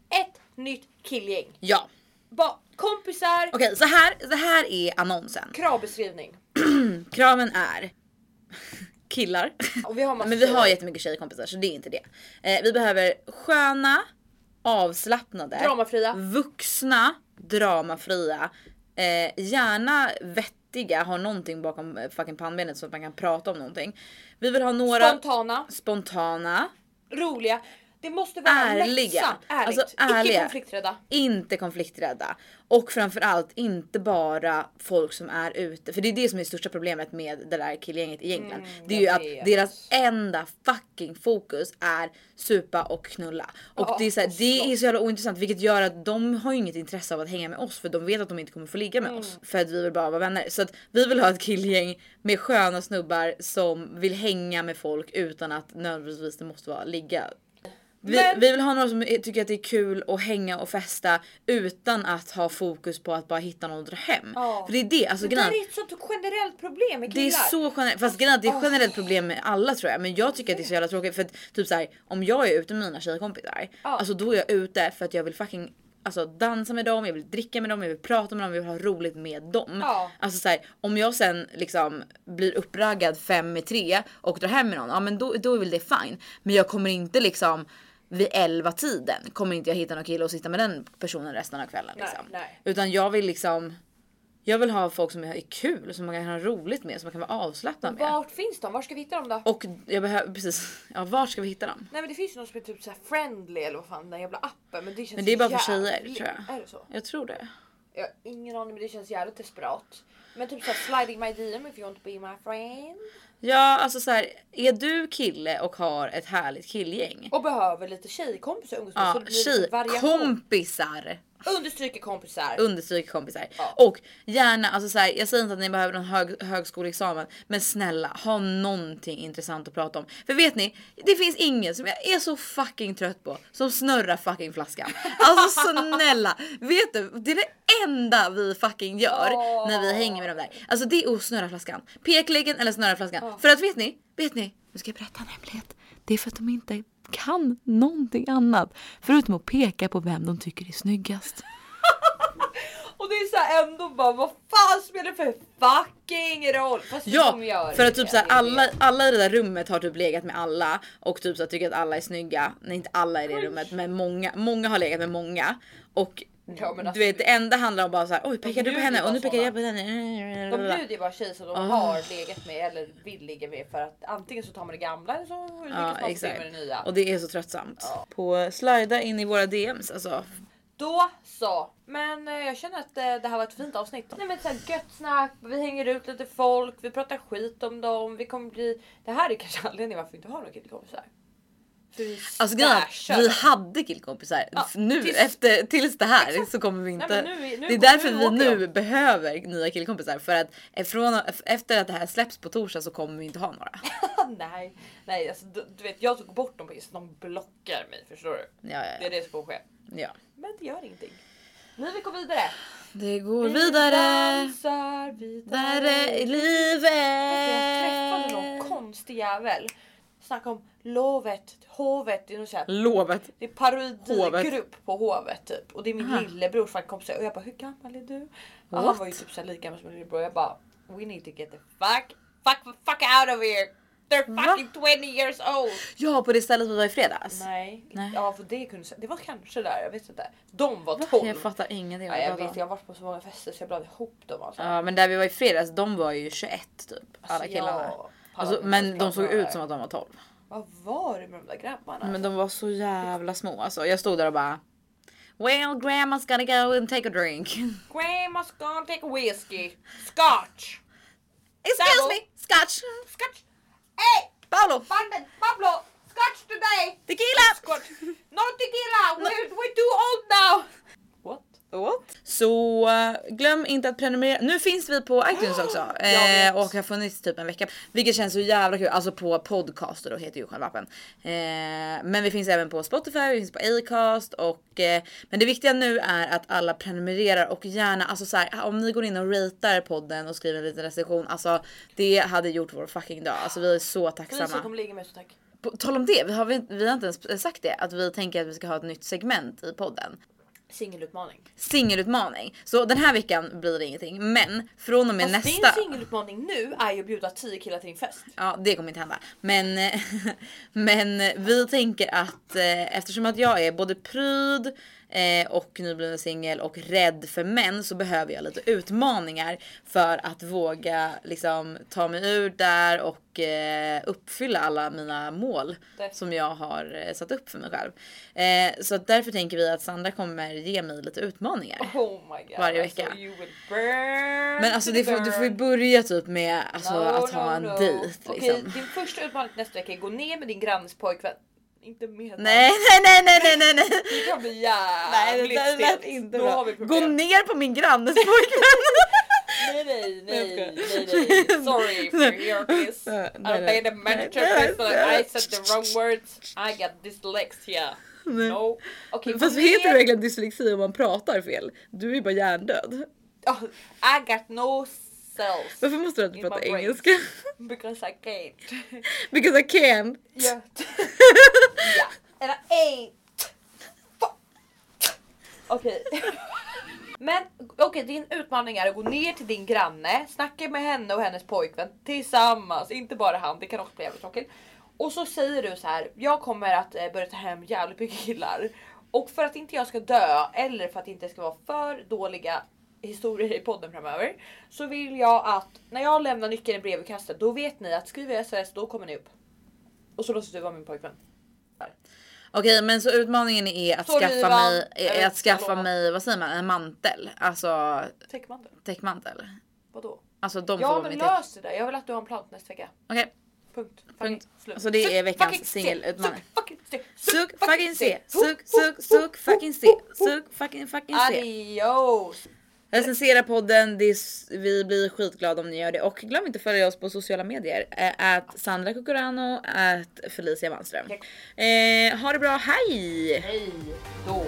Speaker 2: ett nytt killgäng.
Speaker 1: Ja.
Speaker 2: Ba kompisar,
Speaker 1: Okej så, här, så här är annonsen.
Speaker 2: kravbeskrivning.
Speaker 1: Kraven är [laughs] killar.
Speaker 2: Och vi har massa
Speaker 1: Men vi har
Speaker 2: tjejer.
Speaker 1: jättemycket tjejkompisar så det är inte det. Eh, vi behöver sköna, avslappnade,
Speaker 2: Dramafria.
Speaker 1: vuxna, dramafria, eh, gärna vettiga, har någonting bakom eh, fucking pannbenet så att man kan prata om någonting. Vi vill ha några
Speaker 2: spontana,
Speaker 1: spontana,
Speaker 2: roliga. Det måste vara
Speaker 1: Ärliga.
Speaker 2: lättsamt, ärligt.
Speaker 1: Alltså, ärliga. Alltså,
Speaker 2: Icke konflikträdda.
Speaker 1: inte konflikträdda och framförallt inte bara folk som är ute. För det är det som är det största problemet med det där killgänget i England. det är ju
Speaker 2: Mm, jag
Speaker 1: att
Speaker 2: vet.
Speaker 1: deras enda fucking fokus är supa och knulla. Och
Speaker 2: Ja,
Speaker 1: det är så, här,
Speaker 2: och
Speaker 1: det är
Speaker 2: slåss.
Speaker 1: så jävla ointressant vilket gör att de har ju inget intresse av att hänga med oss för de vet att de inte kommer få ligga med
Speaker 2: Mm.
Speaker 1: oss. För att vi vill bara vara vänner. Så att vi vill ha ett killgäng med sköna snubbar som vill hänga med folk utan att nödvändigtvis det måste vara ligga. Vi,
Speaker 2: Men-
Speaker 1: vi vill ha några som tycker att det är kul att hänga och festa utan att ha fokus på att bara hitta någon att dra hem.
Speaker 2: Ja.
Speaker 1: För det är det, alltså
Speaker 2: Det
Speaker 1: grejen
Speaker 2: där
Speaker 1: är-
Speaker 2: är ett sånt generellt problem med killar.
Speaker 1: det är så generellt, fast grejen är att det är ett generellt problem med alla tror jag men jag tycker att det är så jävla tråkigt för att typ såhär om jag är ute med mina tjejkompisar, alltså då är jag ute för att jag vill fucking Alltså dansa med dem, jag vill dricka med dem, jag vill prata med dem, jag vill ha roligt med dem.
Speaker 2: Ja.
Speaker 1: Alltså så här, om jag sen liksom blir uppraggad fem i tre och drar hem med någon, ja men då, då är väl det fine. Men jag kommer inte liksom vid elva tiden kommer inte jag hitta någon kille och sitta med den personen resten av kvällen.
Speaker 2: Nej,
Speaker 1: liksom.
Speaker 2: nej.
Speaker 1: Utan jag vill liksom jag vill ha folk som är kul, som man kan ha roligt med, som man kan vara avslappnad med.
Speaker 2: Vart finns de? Var ska vi hitta dem då?
Speaker 1: Och jag behöver, precis, ja var ska vi hitta dem?
Speaker 2: Nej men det finns ju någon som är typ såhär friendly eller vad fan den jävla appen. Men det, känns
Speaker 1: Men det är bara för
Speaker 2: jävligt-
Speaker 1: tjejer, tror jag.
Speaker 2: Är det så?
Speaker 1: Jag tror det.
Speaker 2: Jag har ingen aning men det känns jävligt desperat. Men typ såhär sliding my DM if you want to be my friend.
Speaker 1: Ja alltså så här, är du kille och har ett härligt killgäng?
Speaker 2: Och behöver lite tjejkompisar att umgås med. så
Speaker 1: Ja,
Speaker 2: det blir lite variation.
Speaker 1: tjejkompisar!
Speaker 2: Understryker kompisar.
Speaker 1: Understryk kompisar.
Speaker 2: Ja.
Speaker 1: Och gärna, alltså så här, jag säger inte att ni behöver någon hög, högskoleexamen men snälla ha någonting intressant att prata om. För vet ni, det finns ingen som jag är så fucking trött på som snurrar fucking flaskan. Alltså snälla! Vet du, det är det enda vi fucking gör när vi hänger med dem där. Alltså det är att snurra flaskan. Pekleken eller snurra flaskan. För att vet ni, vet ni? Nu ska jag berätta en hemlighet. Det är för att de inte kan någonting annat förutom att peka på vem de tycker är snyggast.
Speaker 2: Och det är såhär ändå bara vad fan spelar det för fucking roll? Fast
Speaker 1: Ja,
Speaker 2: de gör
Speaker 1: för att
Speaker 2: det,
Speaker 1: typ såhär,
Speaker 2: det är
Speaker 1: alla,
Speaker 2: det.
Speaker 1: alla i det där rummet har typ legat med alla och typ så här tycker att alla är snygga. Nej inte alla i det rummet men många, många har legat med många. Och
Speaker 2: Ja, men alltså,
Speaker 1: du vet det enda handlar om bara såhär oj pekar du på
Speaker 2: bjuder
Speaker 1: henne Mm,
Speaker 2: bara
Speaker 1: och nu pekar jag på
Speaker 2: De
Speaker 1: henne.
Speaker 2: bjuder ju bara tjejer som
Speaker 1: Ah.
Speaker 2: de har legat med eller vill ligga med för att antingen så tar man det gamla eller så lyckas
Speaker 1: Ja
Speaker 2: man få till
Speaker 1: exakt.
Speaker 2: med det nya.
Speaker 1: Och det är så tröttsamt. På slida in i våra DMs alltså.
Speaker 2: Då så. Men eh, jag känner att eh, det här var ett fint avsnitt. Nej men såhär gött snack, vi hänger ut lite folk, vi pratar skit om dem, vi kommer bli... Det här är kanske [laughs] anledningen varför vi inte har några killkompisar. För vi
Speaker 1: Alltså grejen är
Speaker 2: stashar.
Speaker 1: att vi hade killkompisar.
Speaker 2: Ja,
Speaker 1: nu
Speaker 2: tills-
Speaker 1: efter, tills det här så kommer vi
Speaker 2: Nej,
Speaker 1: inte.
Speaker 2: men nu, nu,
Speaker 1: Det är därför
Speaker 2: nu
Speaker 1: vi
Speaker 2: åker
Speaker 1: nu
Speaker 2: de.
Speaker 1: behöver nya killkompisar för att från, efter att det här släpps på torsdag så kommer vi inte ha några.
Speaker 2: [laughs] Nej, nej alltså, du, du vet jag tog bort dem på Insta, de blockar mig förstår du.
Speaker 1: Ja,
Speaker 2: Det är det som kommer ske.
Speaker 1: ja.
Speaker 2: Men det gör ingenting. Livet går vidare.
Speaker 1: Det går vidare,
Speaker 2: dansar vidare.
Speaker 1: vidare i
Speaker 2: Jag träffade någon
Speaker 1: livet.
Speaker 2: konstig jävel. Snacka om lovet, hovet. Det är, någon så här,
Speaker 1: Lovet.
Speaker 2: det är
Speaker 1: Hovet.
Speaker 2: parodigrupp på hovet typ. Och det är min lillebrors fackkompisar. Och jag bara hur gammal är du? Och han
Speaker 1: What?
Speaker 2: var ju typ så här lika gammal som min lillebror. Jag bara we need to get the fuck, fuck, fuck out of here.
Speaker 9: they're fucking 20 years old.
Speaker 1: Ja, på det stället vi var i fredags.
Speaker 2: Nej.
Speaker 1: Nej.
Speaker 2: Ja för det kunde det var kanske där, jag vet inte. De var 12.
Speaker 1: Jag fattar ingenting. vad
Speaker 2: Nej, jag
Speaker 1: du pratar
Speaker 2: vet,
Speaker 1: om.
Speaker 2: jag har varit på så många fester så jag blandade ihop dem alltså.
Speaker 1: Ja, men där vi var i fredags, de var ju 21 typ. Alla killarna. Alltså, men de såg ut som att de var 12.
Speaker 2: Vad var det med de där grabbarna?
Speaker 1: Men de var så jävla små alltså. Jag stod där och bara Well grandma's gonna go and take a drink.
Speaker 9: Grandma's gonna take whiskey. Scotch.
Speaker 1: Excuse me, scotch.
Speaker 9: Scotch. Hey!
Speaker 1: Paolo,
Speaker 9: Pardon, Pablo! Scotch today!
Speaker 1: tequila.
Speaker 9: No tequila! We're, we're too old now!
Speaker 2: What?
Speaker 1: Så eh, glöm inte att prenumerera. Nu finns vi på iTunes [gasps] också eh, och har funnits typ en vecka, vilket känns så jävla kul. Alltså på podcaster då heter ju själva appen. Eh, men vi finns även på Spotify, vi finns på Acast och eh, men det viktiga nu är att alla prenumererar och gärna alltså så här om ni går in och ratear podden och skriver en liten recension. Alltså det hade gjort vår fucking dag. Alltså vi är så
Speaker 2: Vi som
Speaker 1: tacksamma.
Speaker 2: kommer ligga med så tack.
Speaker 1: På tal om det, vi har, vi, vi har inte ens sagt det att vi tänker att vi ska ha ett nytt segment i podden
Speaker 2: Singelutmaning.
Speaker 1: singelutmaning. Så den här veckan blir det ingenting, men från och med
Speaker 2: Fast
Speaker 1: nästa.
Speaker 2: din singelutmaning nu är ju att bjuda 10 killar till din fest.
Speaker 1: Ja, det kommer inte hända. Men, [laughs] men vi tänker att eh, eftersom att jag är både pryd eh, och nybliven singel och rädd för män så behöver jag lite utmaningar för att våga liksom ta mig ur där och eh, uppfylla alla mina mål
Speaker 2: Det-
Speaker 1: som jag har eh, satt upp för mig själv. Eh, så att därför tänker vi att Sandra kommer ge mig lite utmaningar.
Speaker 2: Oh my god.
Speaker 1: Varje
Speaker 2: alltså,
Speaker 1: vecka.
Speaker 2: you will burn
Speaker 1: Men alltså
Speaker 2: to the
Speaker 1: det får, du
Speaker 2: burn.
Speaker 1: får ju börja typ med alltså,
Speaker 2: No,
Speaker 1: att ha
Speaker 2: no,
Speaker 1: en
Speaker 2: no.
Speaker 1: dejt liksom.
Speaker 2: Okej, din första utmaning nästa vecka är gå ner med din grannes pojkvän. Inte med
Speaker 1: Nej, nej, nej, nej, nej, nej, nej.
Speaker 2: Det kan bli
Speaker 1: Nej, det
Speaker 2: jävligt
Speaker 1: där
Speaker 2: stelt.
Speaker 1: lät inte
Speaker 2: Då
Speaker 1: bra.
Speaker 2: har vi problem.
Speaker 1: Gå ner på
Speaker 2: [laughs]
Speaker 1: min grannes pojkvän.
Speaker 2: Nej nej nej
Speaker 1: jag
Speaker 2: nej nej. Sorry for your kiss.
Speaker 1: Nej,
Speaker 2: I
Speaker 1: nej,
Speaker 2: made a
Speaker 1: nej.
Speaker 2: manager
Speaker 1: Nej, nej,
Speaker 2: test but
Speaker 1: nej.
Speaker 2: I said the wrong words. I got dyslexia. No. Okej,
Speaker 1: Fast
Speaker 2: gå
Speaker 1: heter
Speaker 2: ner.
Speaker 1: det verkligen dyslexi om man pratar fel? Du är ju bara hjärndöd.
Speaker 2: Oh, I got no cells.
Speaker 1: Varför måste du alltid
Speaker 2: In my
Speaker 1: prata
Speaker 2: brain.
Speaker 1: engelska? [laughs]
Speaker 2: Because I can't. [laughs]
Speaker 1: Because I can.
Speaker 2: Yeah. yeah. And I ain't. Fuck. Okej. Men okej, din utmaning är att gå ner till din granne, snacka med henne och hennes pojkvän tillsammans, inte bara han, det kan också bli jävligt tråkigt. Och så säger du så här, jag kommer att eh, börja ta hem jävligt mycket killar. Och för att inte jag ska dö eller för att det inte ska vara för dåliga historier i podden framöver så vill jag att när jag lämnar nyckeln i brevutkastet då vet ni att skriver jag SOS då kommer ni upp. Och så låtsas du vara min pojkvän.
Speaker 1: [laughs] Okej men så utmaningen är att
Speaker 2: Sorry,
Speaker 1: skaffa
Speaker 2: Ivan.
Speaker 1: mig,
Speaker 2: Jag
Speaker 1: är
Speaker 2: vet,
Speaker 1: att skaffa
Speaker 2: Eh, förlåt.
Speaker 1: mig, vad säger man, en mantel. Alltså
Speaker 2: Täckmantel?
Speaker 1: täckmantel.
Speaker 2: Vadå?
Speaker 1: Alltså de får
Speaker 2: Ja
Speaker 1: vara
Speaker 2: men
Speaker 1: mitt täck.
Speaker 2: lös det där, jag vill att du har en plan till nästa vecka.
Speaker 1: Okej.
Speaker 2: Punkt.
Speaker 1: Punkt.
Speaker 2: Slut.
Speaker 1: Så det
Speaker 2: Suck,
Speaker 1: är veckans
Speaker 2: fucking se.
Speaker 1: singelutmaning.
Speaker 2: Suck, fucking se.
Speaker 1: Suck fucking se, suck suck suck fucking se, suck fucking fucking se.
Speaker 2: Adios!
Speaker 1: Recensera podden, det är, s- vi blir skitglada om ni gör det och glöm inte att följa oss på sociala medier. Att Sandra Cucurano, att Felicia Manström. Eh, ha det bra, hej!
Speaker 2: Hej då!